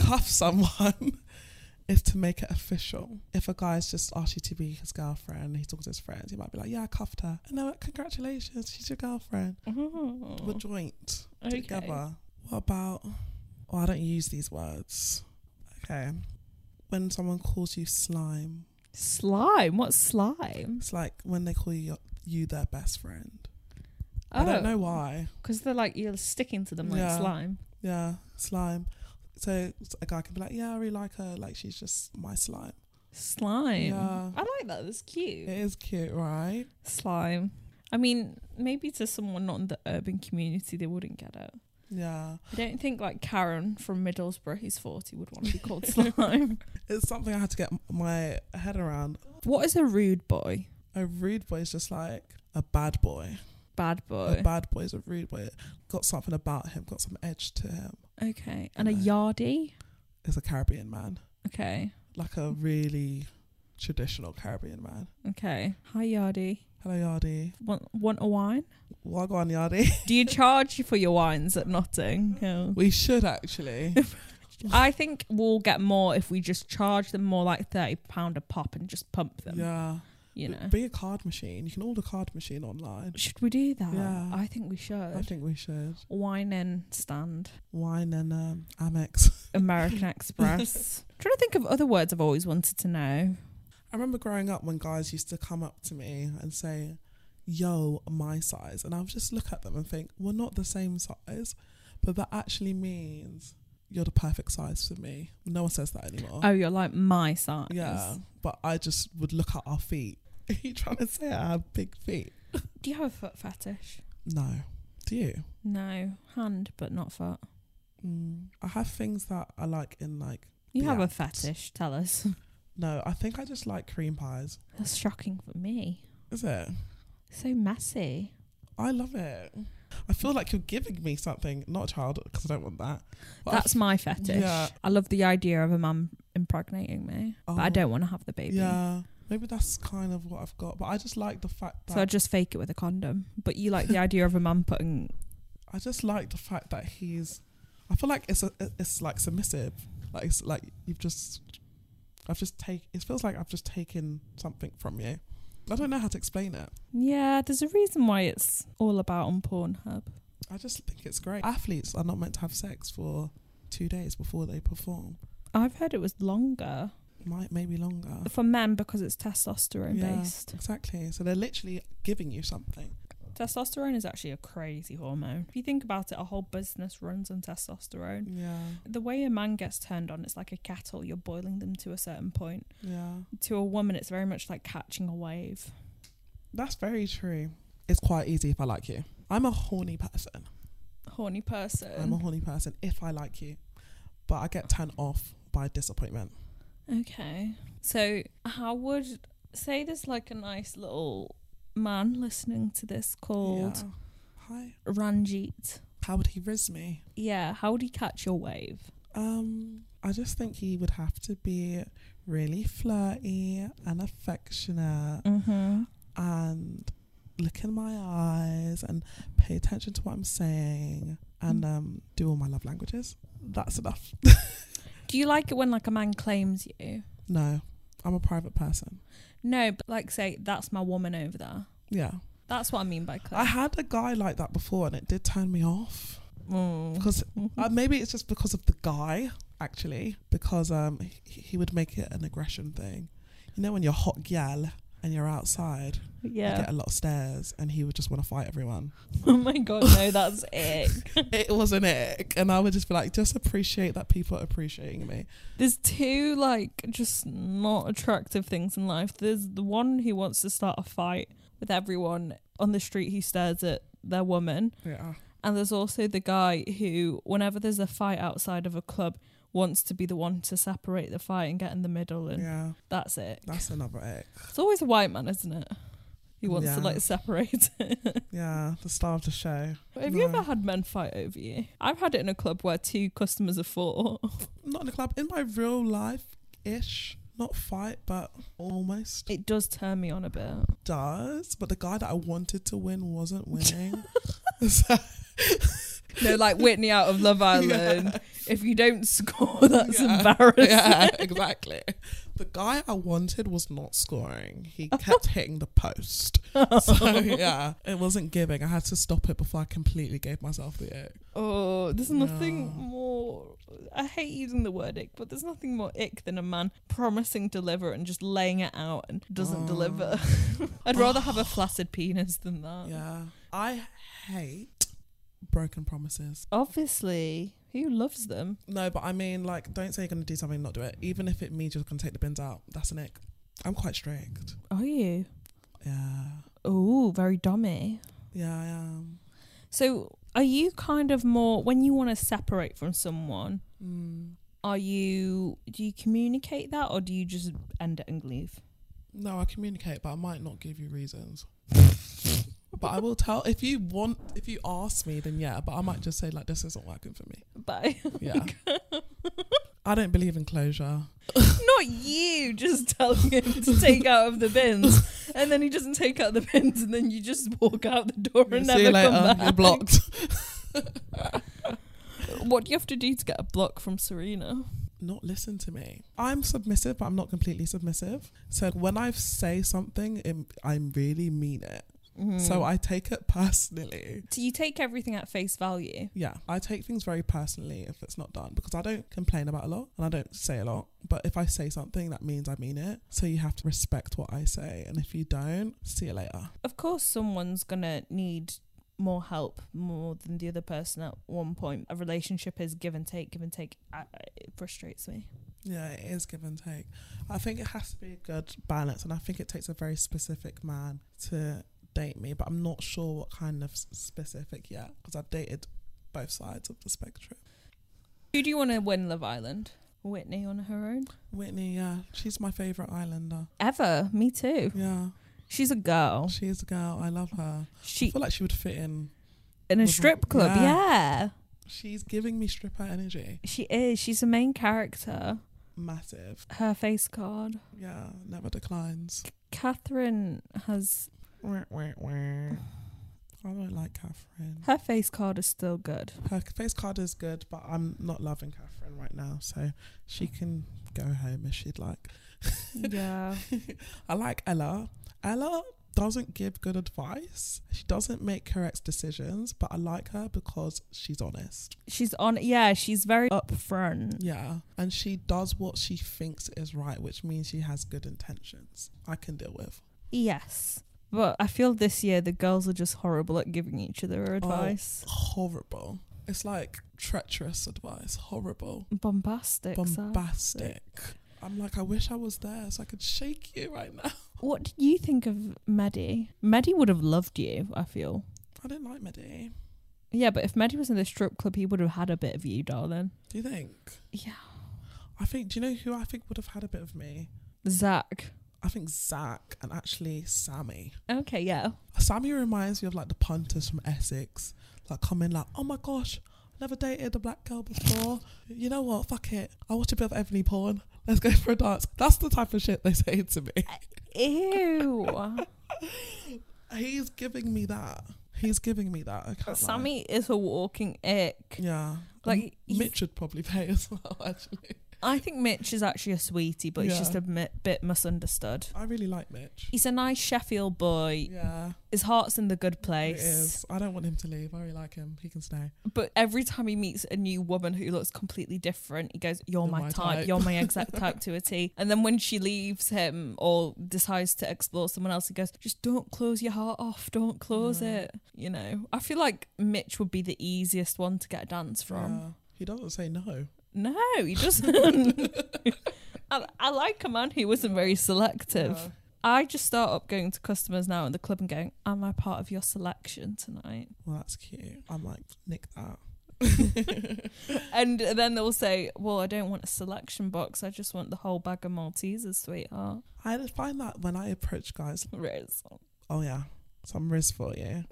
Speaker 1: cuff someone is to make it official. If a guy's just asked you to be his girlfriend, and he's talking to his friends, he might be like, "Yeah, I cuffed her," and they're like, "Congratulations, she's your girlfriend. We're joint
Speaker 2: Oh. Okay.
Speaker 1: together." What about? Well, I don't use these words. Okay, when someone calls you slime,
Speaker 2: Slime. What's slime?
Speaker 1: it's like when they call you you their best friend. I don't
Speaker 2: Oh.
Speaker 1: know why.
Speaker 2: Because they're like you're sticking to them like
Speaker 1: Yeah.
Speaker 2: slime.
Speaker 1: Yeah, slime. So so a guy can be like, "Yeah, I really like her. Like she's just my slime."
Speaker 2: Slime.
Speaker 1: Yeah,
Speaker 2: I like that. That's cute.
Speaker 1: it is cute, right?
Speaker 2: Slime. I mean, maybe to someone not in the urban community, they wouldn't get it.
Speaker 1: Yeah,
Speaker 2: I don't think like Karen from Middlesbrough, who's forty, would want to be called slime.
Speaker 1: it's something I had to get m- my head around.
Speaker 2: what is a rude boy?
Speaker 1: A rude boy is just like a bad boy.
Speaker 2: Bad
Speaker 1: A
Speaker 2: boy.
Speaker 1: bad boy is a rude boy. Got something about him. Got some edge to him.
Speaker 2: Okay. And a yardie.
Speaker 1: It's a Caribbean man,
Speaker 2: Okay.
Speaker 1: like a really traditional Caribbean man.
Speaker 2: Okay. Hi yardie.
Speaker 1: Hello, Yardi.
Speaker 2: Want want a wine?
Speaker 1: Wagwan, Yardi.
Speaker 2: Do you charge for your wines at Notting Hill?
Speaker 1: We should actually.
Speaker 2: I think we'll get more if we just charge them more like thirty pound a pop and just pump them.
Speaker 1: yeah.
Speaker 2: You know.
Speaker 1: Be a card machine. You can order card machine online.
Speaker 2: Should we do that?
Speaker 1: Yeah.
Speaker 2: I think we should.
Speaker 1: I think we should.
Speaker 2: Wine in stand.
Speaker 1: Wine and um, Amex.
Speaker 2: American Express. trying to think of other words I've always wanted to know.
Speaker 1: I remember growing up when guys used to come up to me and say, yo, my size. And I would just look at them and think, we're not the same size. But that actually means you're the perfect size for me. No one says that anymore.
Speaker 2: Oh, you're like my size.
Speaker 1: yeah. But I just would look at our feet. Are you trying to say I have big feet?
Speaker 2: Do you have a foot fetish?
Speaker 1: No. Do you?
Speaker 2: No. Hand, but not foot.
Speaker 1: Mm. I have things that I like in like,
Speaker 2: You have
Speaker 1: Yeah.
Speaker 2: a fetish, tell us.
Speaker 1: no, I think I just like cream pies.
Speaker 2: That's shocking for me.
Speaker 1: Is it?
Speaker 2: So messy.
Speaker 1: I love it. I feel like you're giving me something, not a child, because I don't want that. But I
Speaker 2: That's my fetish.
Speaker 1: Yeah.
Speaker 2: I love the idea of a man impregnating me, but I
Speaker 1: Oh.
Speaker 2: don't want to have the baby.
Speaker 1: Yeah, maybe that's kind of what I've got. But I just like the fact that
Speaker 2: So I just fake it with a condom. But you like the idea of a man putting.
Speaker 1: I just like the fact that he's. I feel like it's a, it's like submissive. Like it's like you've just, I've just take. It feels like I've just taken something from you. I don't know how to explain it.
Speaker 2: Yeah, there's a reason why it's all about on Pornhub.
Speaker 1: I just think it's great. Athletes are not meant to have sex for two days before they perform.
Speaker 2: I've heard it was longer
Speaker 1: Might maybe longer.
Speaker 2: for men because it's testosterone
Speaker 1: Oh. Yeah.
Speaker 2: based.
Speaker 1: Exactly. So they're literally giving you something.
Speaker 2: Testosterone is actually a crazy hormone. If you think about it, a whole business runs on testosterone.
Speaker 1: Yeah.
Speaker 2: The way a man gets turned on, it's like a kettle. You're boiling them to a certain point.
Speaker 1: Yeah.
Speaker 2: To a woman, it's very much like catching a wave.
Speaker 1: That's very true. It's quite easy if I like you. I'm a horny person.
Speaker 2: Horny person.
Speaker 1: I'm a horny person if I like you, but I get turned off by disappointment.
Speaker 2: Okay. So, how would say there's like a nice little man listening to this called
Speaker 1: Yeah. Hi.
Speaker 2: Ranjit?
Speaker 1: How would he riz me?
Speaker 2: Yeah, how would he catch your wave?
Speaker 1: Um, I just think he would have to be really flirty and affectionate
Speaker 2: Mm-hmm.
Speaker 1: and look in my eyes and pay attention to what I'm saying and um, do all my love languages. That's enough.
Speaker 2: Do you like it when like a man claims you?
Speaker 1: No, I'm a private person.
Speaker 2: No, but like say that's my woman over there.
Speaker 1: Yeah.
Speaker 2: That's what I mean by
Speaker 1: I
Speaker 2: claim.
Speaker 1: had a guy like that before and it did turn me off.
Speaker 2: Mm.
Speaker 1: because uh, maybe it's just because of the guy actually because um he, he would make it an aggression thing you know when you're hot gal and you're outside you
Speaker 2: Yeah.
Speaker 1: get a lot of stares and he would just want to fight everyone
Speaker 2: Oh my god, no, that's it.
Speaker 1: it was an ick and i would just be like just appreciate that people are appreciating me
Speaker 2: There's two like just not attractive things in life. There's the one who wants to start a fight with everyone on the street who stares at their woman,
Speaker 1: yeah
Speaker 2: and there's also the guy who, whenever there's a fight outside of a club, wants to be the one to separate the fight and get in the middle, and
Speaker 1: yeah
Speaker 2: that's it.
Speaker 1: that's another ick
Speaker 2: It's always a white man, isn't it? Who wants to
Speaker 1: Yeah.
Speaker 2: like separate it.
Speaker 1: yeah the star of the show
Speaker 2: Have you
Speaker 1: No.
Speaker 2: ever had men fight over you? I've had it in a club where two customers are fought.
Speaker 1: not in the club in my real life ish not fight but almost
Speaker 2: It does turn me on a bit.
Speaker 1: does but the guy that i wanted to win wasn't winning So-
Speaker 2: No, like Whitney out of Love Island. if you don't score, that's
Speaker 1: Yeah.
Speaker 2: embarrassing.
Speaker 1: Yeah, exactly. The guy I wanted was not scoring. He kept hitting the post. So yeah, it wasn't giving. I had to stop it before I completely gave myself the ick.
Speaker 2: Oh, there's nothing
Speaker 1: No.
Speaker 2: more. I hate using the word ick, but there's nothing more ick than a man promising deliver and just laying it out and doesn't
Speaker 1: Oh.
Speaker 2: deliver. I'd rather have a flaccid penis than that.
Speaker 1: Yeah. I hate broken promises.
Speaker 2: Obviously, who loves them?
Speaker 1: No, but I mean like don't say you're gonna do something and not do it. Even if it means you're gonna take the bins out. That's an ick. I'm quite strict.
Speaker 2: Are you?
Speaker 1: Yeah.
Speaker 2: Oh, very dommy.
Speaker 1: Yeah, I am.
Speaker 2: So, are you kind of more when you want to separate from someone?
Speaker 1: Mm.
Speaker 2: Are you? Do you communicate that, or do you just end it and leave?
Speaker 1: No, I communicate, but I might not give you reasons. but I will tell if you want if you ask me, then yeah. But I might just say like this isn't working for me.
Speaker 2: Bye.
Speaker 1: Yeah. I don't believe in closure.
Speaker 2: Not you just telling him to take out of the bins, and then he doesn't take out the bins, and then you just walk out the door and never
Speaker 1: See you later.
Speaker 2: come back.
Speaker 1: You're blocked.
Speaker 2: What do you have to do to get a block from Serena?
Speaker 1: not listen to me. I'm submissive, but I'm not completely submissive. So when I say something, it, I really mean it.
Speaker 2: Mm.
Speaker 1: So I take it personally.
Speaker 2: so you take everything at face value.
Speaker 1: Yeah, I take things very personally if it's not done because I don't complain about a lot and I don't say a lot. But if I say something, that means I mean it. So you have to respect what I say. And if you don't, see you later.
Speaker 2: Of course, someone's gonna need more help more than the other person at one point. A relationship is give and take, give and take. I, it frustrates me.
Speaker 1: Yeah, it is give and take. I think it has to be a good balance. And I think it takes a very specific man to date me, but I'm not sure what kind of s- specific yet because I've dated both sides of the spectrum.
Speaker 2: Who do you want to win Love Island? Whitney on her own?
Speaker 1: Whitney, yeah, she's my favourite islander.
Speaker 2: Ever? Me too.
Speaker 1: Yeah,
Speaker 2: She's a girl.
Speaker 1: she is a girl. I love her. I
Speaker 2: She
Speaker 1: feel like she would fit in.
Speaker 2: in a
Speaker 1: was-
Speaker 2: strip club.
Speaker 1: yeah.
Speaker 2: yeah.
Speaker 1: She's giving me stripper energy.
Speaker 2: She is. She's the main character.
Speaker 1: Massive.
Speaker 2: Her face card.
Speaker 1: Yeah, never declines.
Speaker 2: Catherine has
Speaker 1: I don't like Catherine.
Speaker 2: her face card is still good.
Speaker 1: Her face card is good, but I'm not loving Catherine right now, so she can go home if she'd like.
Speaker 2: Yeah.
Speaker 1: I like Ella. Ella doesn't give good advice. She doesn't make correct decisions, but I like her because she's honest.
Speaker 2: she's on yeah, she's very upfront.
Speaker 1: Yeah. And she does what she thinks is right, which means she has good intentions. I can deal with.
Speaker 2: Yes. But I feel this year the girls are just horrible at giving each other advice.
Speaker 1: Horrible. It's like treacherous advice. Horrible.
Speaker 2: Bombastic. Bombastic.
Speaker 1: bombastic. I'm like, I wish I was there so I could shake you right now.
Speaker 2: What did you think of Maddie? Maddie would have loved you, I feel.
Speaker 1: I didn't like Medi.
Speaker 2: Yeah, but if Maddie was in the strip club, he would have had a bit of you, darling.
Speaker 1: Do you think?
Speaker 2: Yeah.
Speaker 1: I think. Do you know who I think would have had a bit of me?
Speaker 2: Zach.
Speaker 1: I think Zach and actually Sammy.
Speaker 2: Okay, yeah.
Speaker 1: Sammy reminds me of like the punters from Essex, like coming like, oh my gosh, never dated a black girl before. you know what? Fuck it. I watch a bit of Ebony porn. Let's go for a dance. That's the type of shit they say to me.
Speaker 2: Ew.
Speaker 1: He's giving me that. He's giving me that. I can't lie.
Speaker 2: Sammy is a walking ick.
Speaker 1: Yeah.
Speaker 2: e- Like, he's-
Speaker 1: Mitch would probably pay as well, actually.
Speaker 2: I think Mitch is actually a sweetie, but he's
Speaker 1: Yeah.
Speaker 2: just a mi- bit misunderstood.
Speaker 1: I really like Mitch.
Speaker 2: He's a nice Sheffield boy.
Speaker 1: Yeah,
Speaker 2: His heart's in the good
Speaker 1: it
Speaker 2: place.
Speaker 1: is. I don't want him to leave. I really like him. He can stay.
Speaker 2: But every time he meets a new woman who looks completely different, he goes, You're, my, type. You're my exact type to a T. And then when she leaves him or decides to explore someone else, he goes, Just don't close your heart off. Don't close
Speaker 1: Yeah.
Speaker 2: it. You know, I feel like Mitch would be the easiest one to get a dance from.
Speaker 1: Yeah. He doesn't say no.
Speaker 2: No, he doesn't. I, I like a man who wasn't very selective.
Speaker 1: Yeah.
Speaker 2: I just start up going to customers now in the club and going, Am I part of your selection tonight?
Speaker 1: Well, that's cute. I'm like, nick that.
Speaker 2: And then they'll say, Well, I don't want a selection box. I just want the whole bag of Maltesers, sweetheart.
Speaker 1: I find that when I approach guys,
Speaker 2: Riz.
Speaker 1: oh yeah, some risk for you.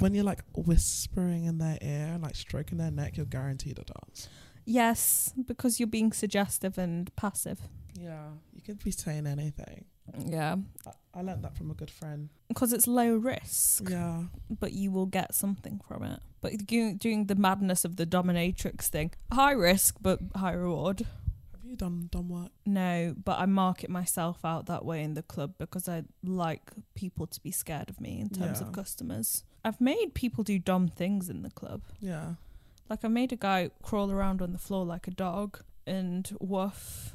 Speaker 1: when you're like whispering in their ear, like stroking their neck, you're guaranteed a dance.
Speaker 2: Yes, because you're being suggestive and passive.
Speaker 1: Yeah, you could be saying anything.
Speaker 2: Yeah.
Speaker 1: I, I learned that from a good friend.
Speaker 2: Because it's low risk,
Speaker 1: Yeah.
Speaker 2: but you will get something from it. But do- doing the madness of the dominatrix thing, high risk, but high reward.
Speaker 1: Have you done dumb work?
Speaker 2: No, but I market myself out that way in the club because I like people to be scared of me in terms
Speaker 1: Yeah.
Speaker 2: of customers. I've made people do dumb things in the club.
Speaker 1: Yeah.
Speaker 2: Like I made a guy crawl around on the floor like a dog and woof.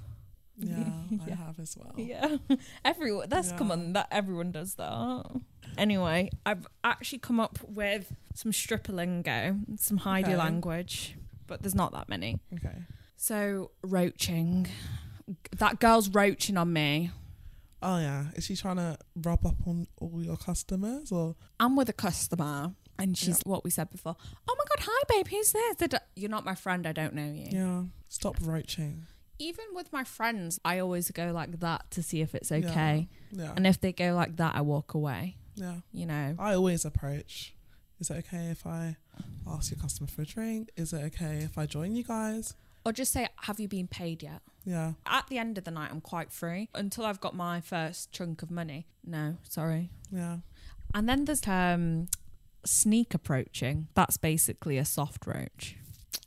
Speaker 1: Yeah, I
Speaker 2: Yeah.
Speaker 1: have as well.
Speaker 2: Yeah, everyone. That's come
Speaker 1: Oh. Yeah.
Speaker 2: on. That everyone does that. Anyway, I've actually come up with some stripper lingo, some Heidi
Speaker 1: Okay.
Speaker 2: language, but there's not that many.
Speaker 1: Okay.
Speaker 2: So roaching. That girl's roaching on me.
Speaker 1: Oh yeah. Is she trying to rub up on all your customers or
Speaker 2: I'm with a customer, and she's what we said before. Oh my god, hi babe, who's this? Da- da- You're not my friend. I don't know you.
Speaker 1: yeah? Stop roaching.
Speaker 2: Even with my friends, I always go like that to see if it's
Speaker 1: Yeah.
Speaker 2: okay.
Speaker 1: Yeah.
Speaker 2: And if they go like that, I walk away.
Speaker 1: yeah.
Speaker 2: You know.
Speaker 1: I always approach. Is it okay if I ask your customer for a drink? Is it okay if I join you guys?
Speaker 2: Or just say, have you been paid yet?
Speaker 1: Yeah.
Speaker 2: At the end of the night, I'm quite free until I've got my first chunk of money. No, sorry.
Speaker 1: Yeah.
Speaker 2: And then there's um, sneak approaching. That's basically a soft roach.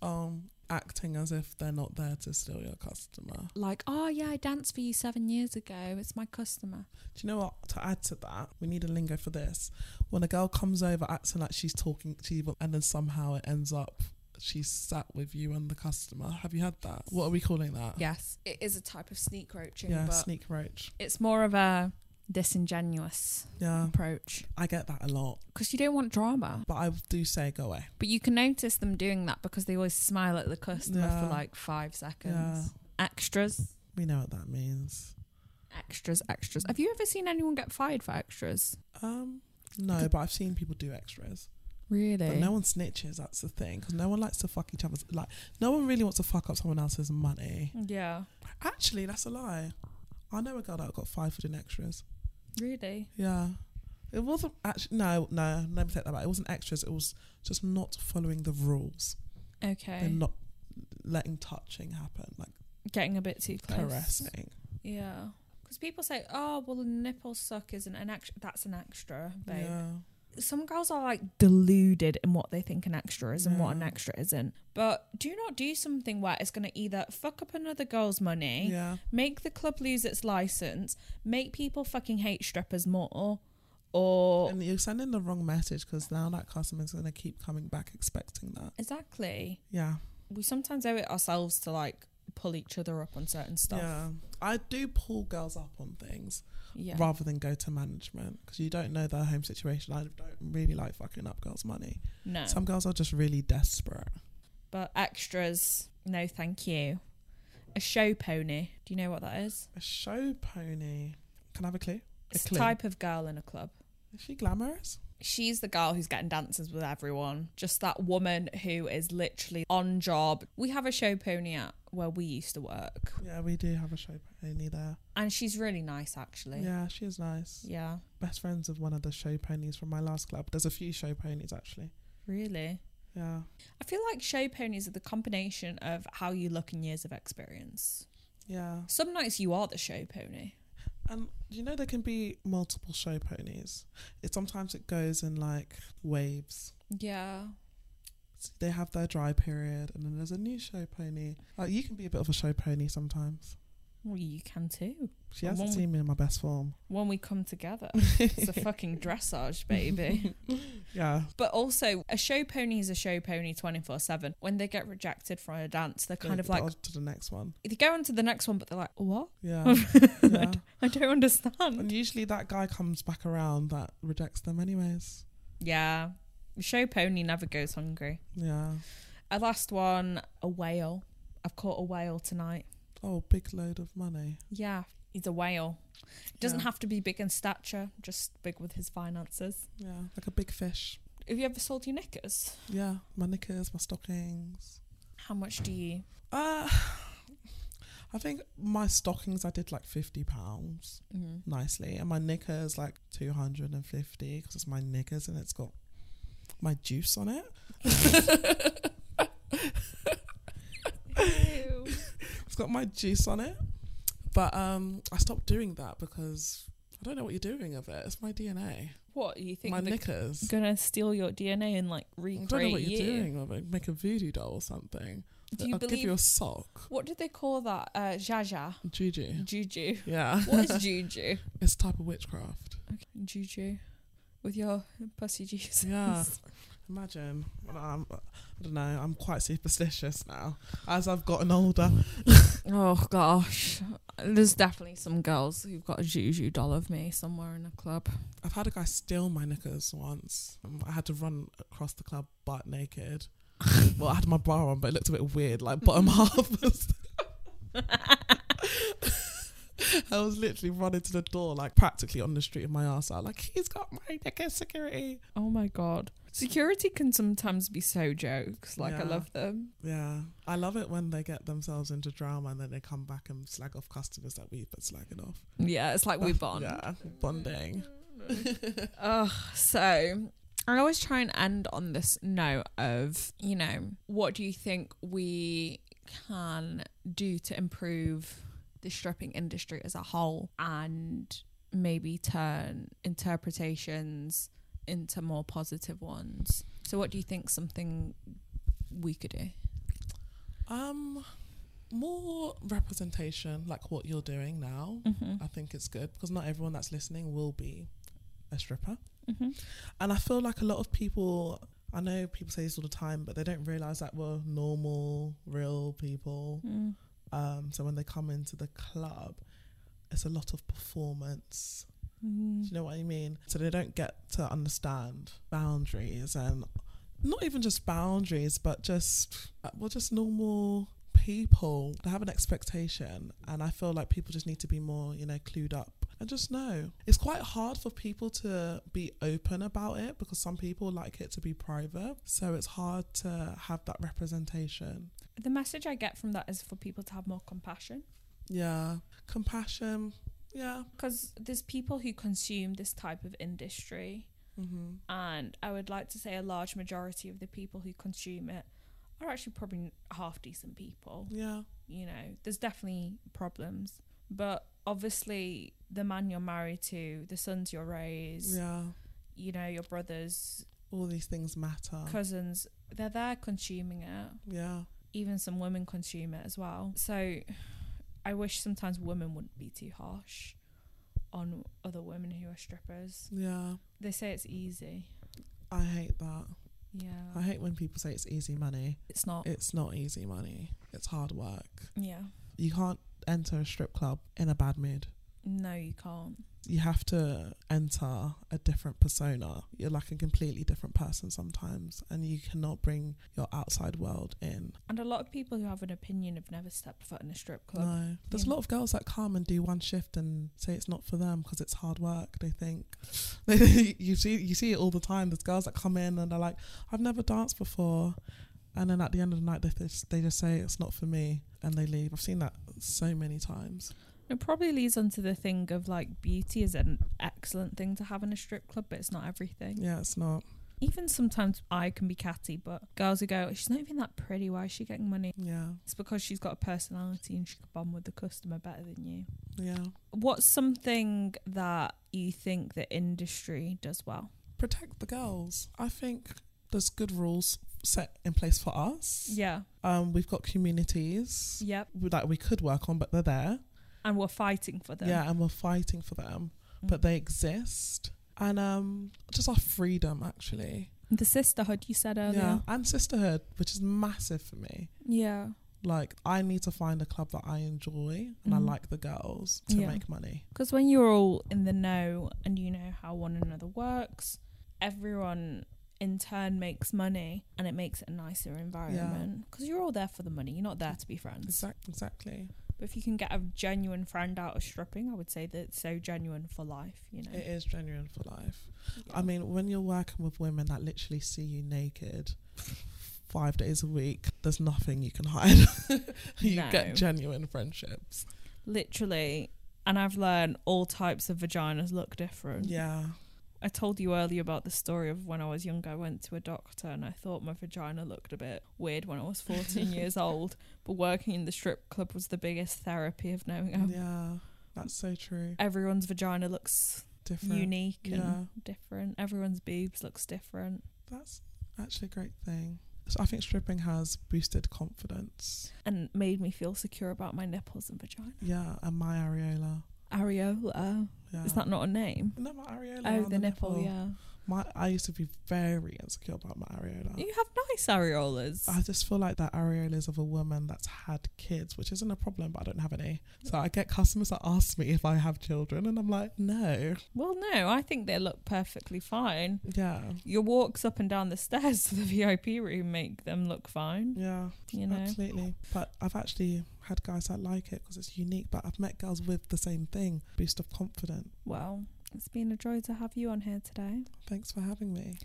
Speaker 1: Um, acting as if they're not there to steal your customer.
Speaker 2: Like, oh yeah, I danced for you seven years ago. It's my customer.
Speaker 1: Do you know what? To add to that, we need a lingo for this. When a girl comes over acting like she's talking to you, but- and then somehow it ends up she's sat with you and the customer. Have you had that? What are we calling that?
Speaker 2: Yes, it is a type of sneak roaching,
Speaker 1: Yeah,
Speaker 2: but
Speaker 1: sneak roach.
Speaker 2: it's more of a disingenuous
Speaker 1: Yeah,
Speaker 2: approach
Speaker 1: I get that a lot,
Speaker 2: because you don't want drama.
Speaker 1: but I do say go away.
Speaker 2: But you can notice them doing that because they always smile at the customer
Speaker 1: Yeah.
Speaker 2: for like five seconds.
Speaker 1: Yeah,
Speaker 2: Extras.
Speaker 1: we know what that means.
Speaker 2: Extras, extras. Have you ever seen anyone get fired for extras?
Speaker 1: Um, no, but I've seen people do extras,
Speaker 2: Really?
Speaker 1: but no one snitches. That's the thing, because no one likes to fuck each other's. Like, no one really wants to fuck up someone else's money.
Speaker 2: Yeah.
Speaker 1: Actually, that's a lie. I know a girl that got fired for doing extras.
Speaker 2: Really?
Speaker 1: Yeah. It wasn't actually no no let me take that back. It wasn't extras. It was just not following the rules
Speaker 2: Okay.
Speaker 1: and not letting touching happen, like
Speaker 2: Getting a bit too close.
Speaker 1: caressing.
Speaker 2: Yeah. Because people say, "Oh, well, a nipple suck isn't an extra. That's an extra, babe."
Speaker 1: Yeah,
Speaker 2: Some girls are like deluded in what they think an extra is and what an
Speaker 1: Yeah.
Speaker 2: extra isn't. But do not do something where it's going to either fuck up another girl's money,
Speaker 1: yeah,
Speaker 2: make the club lose its license, make people fucking hate strippers more, or
Speaker 1: and you're sending the wrong message because now that customer's gonna keep coming back expecting that.
Speaker 2: exactly.
Speaker 1: Yeah,
Speaker 2: We sometimes owe it ourselves to like pull each other up on certain stuff.
Speaker 1: yeah. I do pull girls up on things
Speaker 2: Yeah.
Speaker 1: rather than go to management because you don't know their home situation. I don't really like fucking up girls' money.
Speaker 2: No.
Speaker 1: Some girls are just really desperate.
Speaker 2: But extras, no thank you. A show pony. Do you know what that is?
Speaker 1: A show pony. Can I have a clue?
Speaker 2: It's a
Speaker 1: clue.
Speaker 2: type of girl in a club.
Speaker 1: Is she glamorous?
Speaker 2: She's the girl who's getting dances with everyone. Just that woman who is literally on job. We have a show pony at where we used to work.
Speaker 1: Yeah, we do have a show pony there.
Speaker 2: And she's really nice actually.
Speaker 1: Yeah, she is nice.
Speaker 2: Yeah.
Speaker 1: Best friends of one of the show ponies from my last club. There's a few show ponies actually.
Speaker 2: Really?
Speaker 1: Yeah.
Speaker 2: I feel like show ponies are the combination of how you look and years of experience.
Speaker 1: Yeah.
Speaker 2: Some nights you are the show pony.
Speaker 1: And do you know there can be multiple show ponies? It sometimes it goes in like waves.
Speaker 2: Yeah.
Speaker 1: So they have their dry period and then there's a new show pony. Like you can be a bit of a show pony sometimes.
Speaker 2: Well, you can too.
Speaker 1: She
Speaker 2: I'm
Speaker 1: hasn't
Speaker 2: only-
Speaker 1: seen me in my best form.
Speaker 2: When we come together, it's a fucking dressage, baby.
Speaker 1: Yeah.
Speaker 2: But also, a show pony is a show pony 24 7. When they get rejected from a dance, they're kind of
Speaker 1: But
Speaker 2: like,
Speaker 1: on to the next one.
Speaker 2: they go on to the next one, but they're like, what?
Speaker 1: Yeah. yeah.
Speaker 2: I don't understand.
Speaker 1: And usually that guy comes back around that rejects them anyways.
Speaker 2: Yeah. A show pony never goes hungry.
Speaker 1: Yeah.
Speaker 2: A last one, a whale. I've caught a whale tonight.
Speaker 1: Oh, big load of money.
Speaker 2: Yeah, he's a whale. Doesn't
Speaker 1: Yeah.
Speaker 2: have to be big in stature, just big with his finances.
Speaker 1: Yeah, like a big fish.
Speaker 2: Have you ever sold your knickers?
Speaker 1: Yeah, my knickers, my stockings.
Speaker 2: How much do you?
Speaker 1: Uh I think my stockings I did like fifty pounds
Speaker 2: Mm-hmm.
Speaker 1: nicely, and my knickers like two hundred and fifty because it's my knickers and it's got my juice on it.
Speaker 2: Ew.
Speaker 1: It's got my juice on it. But um, I stopped doing that because I don't know what you're doing of it. It's my DNA.
Speaker 2: What you think?
Speaker 1: my
Speaker 2: they're
Speaker 1: knickers.
Speaker 2: gonna steal your DNA and like
Speaker 1: I don't know
Speaker 2: recreate
Speaker 1: what
Speaker 2: you?
Speaker 1: you're doing of it. Make a voodoo doll or something.
Speaker 2: Do you
Speaker 1: I'll
Speaker 2: believe?
Speaker 1: give you a sock.
Speaker 2: what did they call that? Uh, Jaja.
Speaker 1: Juju.
Speaker 2: Juju.
Speaker 1: Yeah.
Speaker 2: What is juju?
Speaker 1: it's a type of witchcraft.
Speaker 2: Juju. With your pussy juice.
Speaker 1: Yeah. Imagine. Well, I'm, I don't know. I'm quite superstitious now. As I've gotten older.
Speaker 2: Oh gosh. There's definitely some girls who've got a juju doll of me somewhere in a club.
Speaker 1: I've had a guy steal my knickers once. Um, I had to run across the club butt naked. well, I had my bra on, but it looked a bit weird. Like bottom half was. I was literally running to the door, like practically on the street in my arse out. Like he's got my knickers security.
Speaker 2: Oh my god. Security can sometimes be so jokes. Like I
Speaker 1: Yeah.
Speaker 2: love them.
Speaker 1: Yeah, I love it when they get themselves into drama and then they come back and slag off customers that we've been slagging off.
Speaker 2: Yeah, it's like we bond.
Speaker 1: Yeah, bonding.
Speaker 2: Ugh, so I always try and end on this note of, you know, what do you think we can do to improve the stripping industry as a whole and maybe turn interpretations into more positive ones? So, what do you think something we could do?
Speaker 1: Um, more representation, like what you're doing now.
Speaker 2: Mm-hmm.
Speaker 1: I
Speaker 2: Uh,
Speaker 1: think it's good because not everyone that's listening will be a stripper.
Speaker 2: Mm-hmm.
Speaker 1: And I feel like a lot of people, I know people say this all the time, but they don't realize that we're normal, real people.
Speaker 2: Mm.
Speaker 1: Um, so when they come into the club, it's a lot of performance.
Speaker 2: Mm-hmm.
Speaker 1: Do you know what I mean? So they don't get to understand boundaries and not even just boundaries, but just uh, we're just normal people. They have an expectation, and I feel like people just need to be more, you know, clued up. And just know it's quite hard for people to be open about it because some people like it to be private. So it's hard to have that representation.
Speaker 2: The message I get from that is for people to have more compassion.
Speaker 1: Yeah. Compassion. Yeah.
Speaker 2: Because there's people who consume this type of industry
Speaker 1: Mm-hmm.
Speaker 2: and I would like to say a large majority of the people who consume it are actually probably half decent people.
Speaker 1: Yeah.
Speaker 2: You know, there's definitely problems, but obviously the man you're married to, the sons you raise,
Speaker 1: Yeah.
Speaker 2: you know, your brothers,
Speaker 1: All these things matter.
Speaker 2: cousins, they're there consuming it.
Speaker 1: Yeah.
Speaker 2: Even some women consume it as well. So I wish sometimes women wouldn't be too harsh on other women who are strippers.
Speaker 1: Yeah.
Speaker 2: They say it's easy.
Speaker 1: I hate that. I
Speaker 2: Yeah.
Speaker 1: hate when people say it's easy money.
Speaker 2: It's not.
Speaker 1: It's not easy money. It's hard work.
Speaker 2: Yeah.
Speaker 1: You can't enter a strip club in a bad mood.
Speaker 2: No, you can't.
Speaker 1: You have to enter a different persona. You're like a completely different person sometimes, and you cannot bring your outside world in.
Speaker 2: And a lot of people who have an opinion have never stepped foot in a strip club.
Speaker 1: No. There's a
Speaker 2: Yeah.
Speaker 1: lot of girls that come and do one shift and say it's not for them because it's hard work. They think you see you see it all the time. There's girls that come in and they're like, I've never danced before, and then at the end of the night they just, they just say it's not for me and they leave. I've seen that so many times.
Speaker 2: It probably leads onto the thing of like beauty is an excellent thing to have in a strip club, but it's not everything.
Speaker 1: Yeah, it's not.
Speaker 2: Even sometimes I can be catty, but girls who go, she's not even that pretty. Why is she getting money?
Speaker 1: Yeah,
Speaker 2: It's because she's got a personality and she can bond with the customer better than you.
Speaker 1: yeah.
Speaker 2: What's something that you think the industry does well?
Speaker 1: Protect the girls. I think there's good rules set in place for us.
Speaker 2: Yeah.
Speaker 1: Um, we've got communities
Speaker 2: Yep.
Speaker 1: that we could work on, but they're there.
Speaker 2: And we're fighting for them.
Speaker 1: Yeah, and we're fighting for them, but they exist. And um, just our freedom, actually.
Speaker 2: The sisterhood you said
Speaker 1: Oh, yeah,
Speaker 2: earlier.
Speaker 1: and sisterhood, which is massive for me.
Speaker 2: Yeah.
Speaker 1: Like, I need to find a club that I enjoy and I
Speaker 2: Mhm.
Speaker 1: like the girls to
Speaker 2: Yeah.
Speaker 1: make money.
Speaker 2: Because when you're all in the know and you know how one another works, everyone in turn makes money and it makes it a nicer environment. Because you're all there for the money, you're not there to be friends.
Speaker 1: Exact, exactly.
Speaker 2: But if you can get a genuine friend out of stripping, I would say that it's so genuine for life, you know.
Speaker 1: It is genuine for life. I mean, when you're working with women that literally see you naked five days a week, there's nothing you can hide. you
Speaker 2: No.
Speaker 1: get genuine friendships.
Speaker 2: Literally. And I've learned all types of vaginas look different.
Speaker 1: Yeah.
Speaker 2: I told you earlier about the story of when I was younger, I went to a doctor and I thought my vagina looked a bit weird when I was 14 years old. But working in the strip club was the biggest therapy of knowing how
Speaker 1: Yeah, that's so true.
Speaker 2: everyone's vagina looks
Speaker 1: Different.
Speaker 2: unique and
Speaker 1: Yeah.
Speaker 2: different. Everyone's boobs looks different.
Speaker 1: That's actually a great thing. So I think stripping has boosted confidence.
Speaker 2: And made me feel secure about my nipples and vagina.
Speaker 1: Yeah, and my areola.
Speaker 2: Areola.
Speaker 1: Yeah.
Speaker 2: Is that not a name?
Speaker 1: No, my areola.
Speaker 2: Oh,
Speaker 1: on
Speaker 2: the, nipple, yeah.
Speaker 1: My I used to be very insecure about my areola.
Speaker 2: You have nice areolas.
Speaker 1: I just feel like that areola is of a woman that's had kids, which isn't a problem, but I don't have any. So I get customers that ask me if I have children, and I'm like, no.
Speaker 2: well, no, I think they look perfectly fine.
Speaker 1: Yeah,
Speaker 2: Your walks up and down the stairs to the VIP room make them look fine,
Speaker 1: yeah,
Speaker 2: you know?
Speaker 1: absolutely. But I've actually had guys that like it because it's unique. But I've met girls with the same thing, boost of confidence.
Speaker 2: Well, it's been a joy to have you on here today.
Speaker 1: Thanks for having me.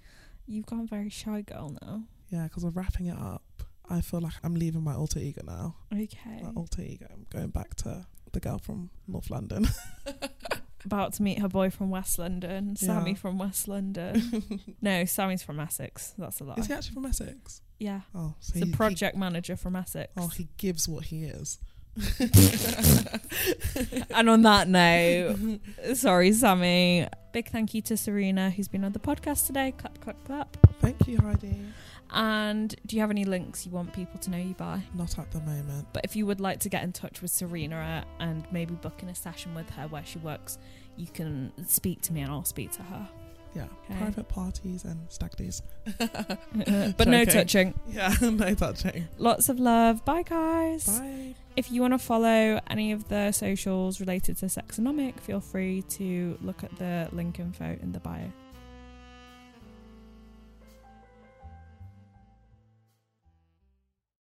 Speaker 2: You've gone very shy girl now.
Speaker 1: Yeah, because we're wrapping it up. I feel like I'm leaving my alter ego now.
Speaker 2: Okay.
Speaker 1: My alter ego. I'm going back to the girl from North London.
Speaker 2: About to meet her boy from West London, Sammy
Speaker 1: Yeah.
Speaker 2: from West London. no, Sammy's from Essex. That's a lie.
Speaker 1: Is he actually from Essex?
Speaker 2: yeah.
Speaker 1: Oh, so
Speaker 2: He's a
Speaker 1: he-
Speaker 2: project manager from Essex.
Speaker 1: He, oh, he gives what he is.
Speaker 2: and on that note, sorry, Sammy. Big thank you to Serena, who's been on the podcast today. Clap, clap, clap.
Speaker 1: Thank you, Heidi.
Speaker 2: And do you have any links you want people to know you by?
Speaker 1: Not at the moment.
Speaker 2: But if you would like to get in touch with Serena and maybe booking a session with her where she works, you can speak to me and I'll speak to her.
Speaker 1: Yeah,
Speaker 2: Okay.
Speaker 1: private parties and stag do's.
Speaker 2: but no
Speaker 1: Okay.
Speaker 2: touching.
Speaker 1: Yeah, no touching.
Speaker 2: Lots of love. Bye, guys.
Speaker 1: Bye.
Speaker 2: If you want to follow any of the socials related to Sexonomic, feel free to look at the link info in the bio.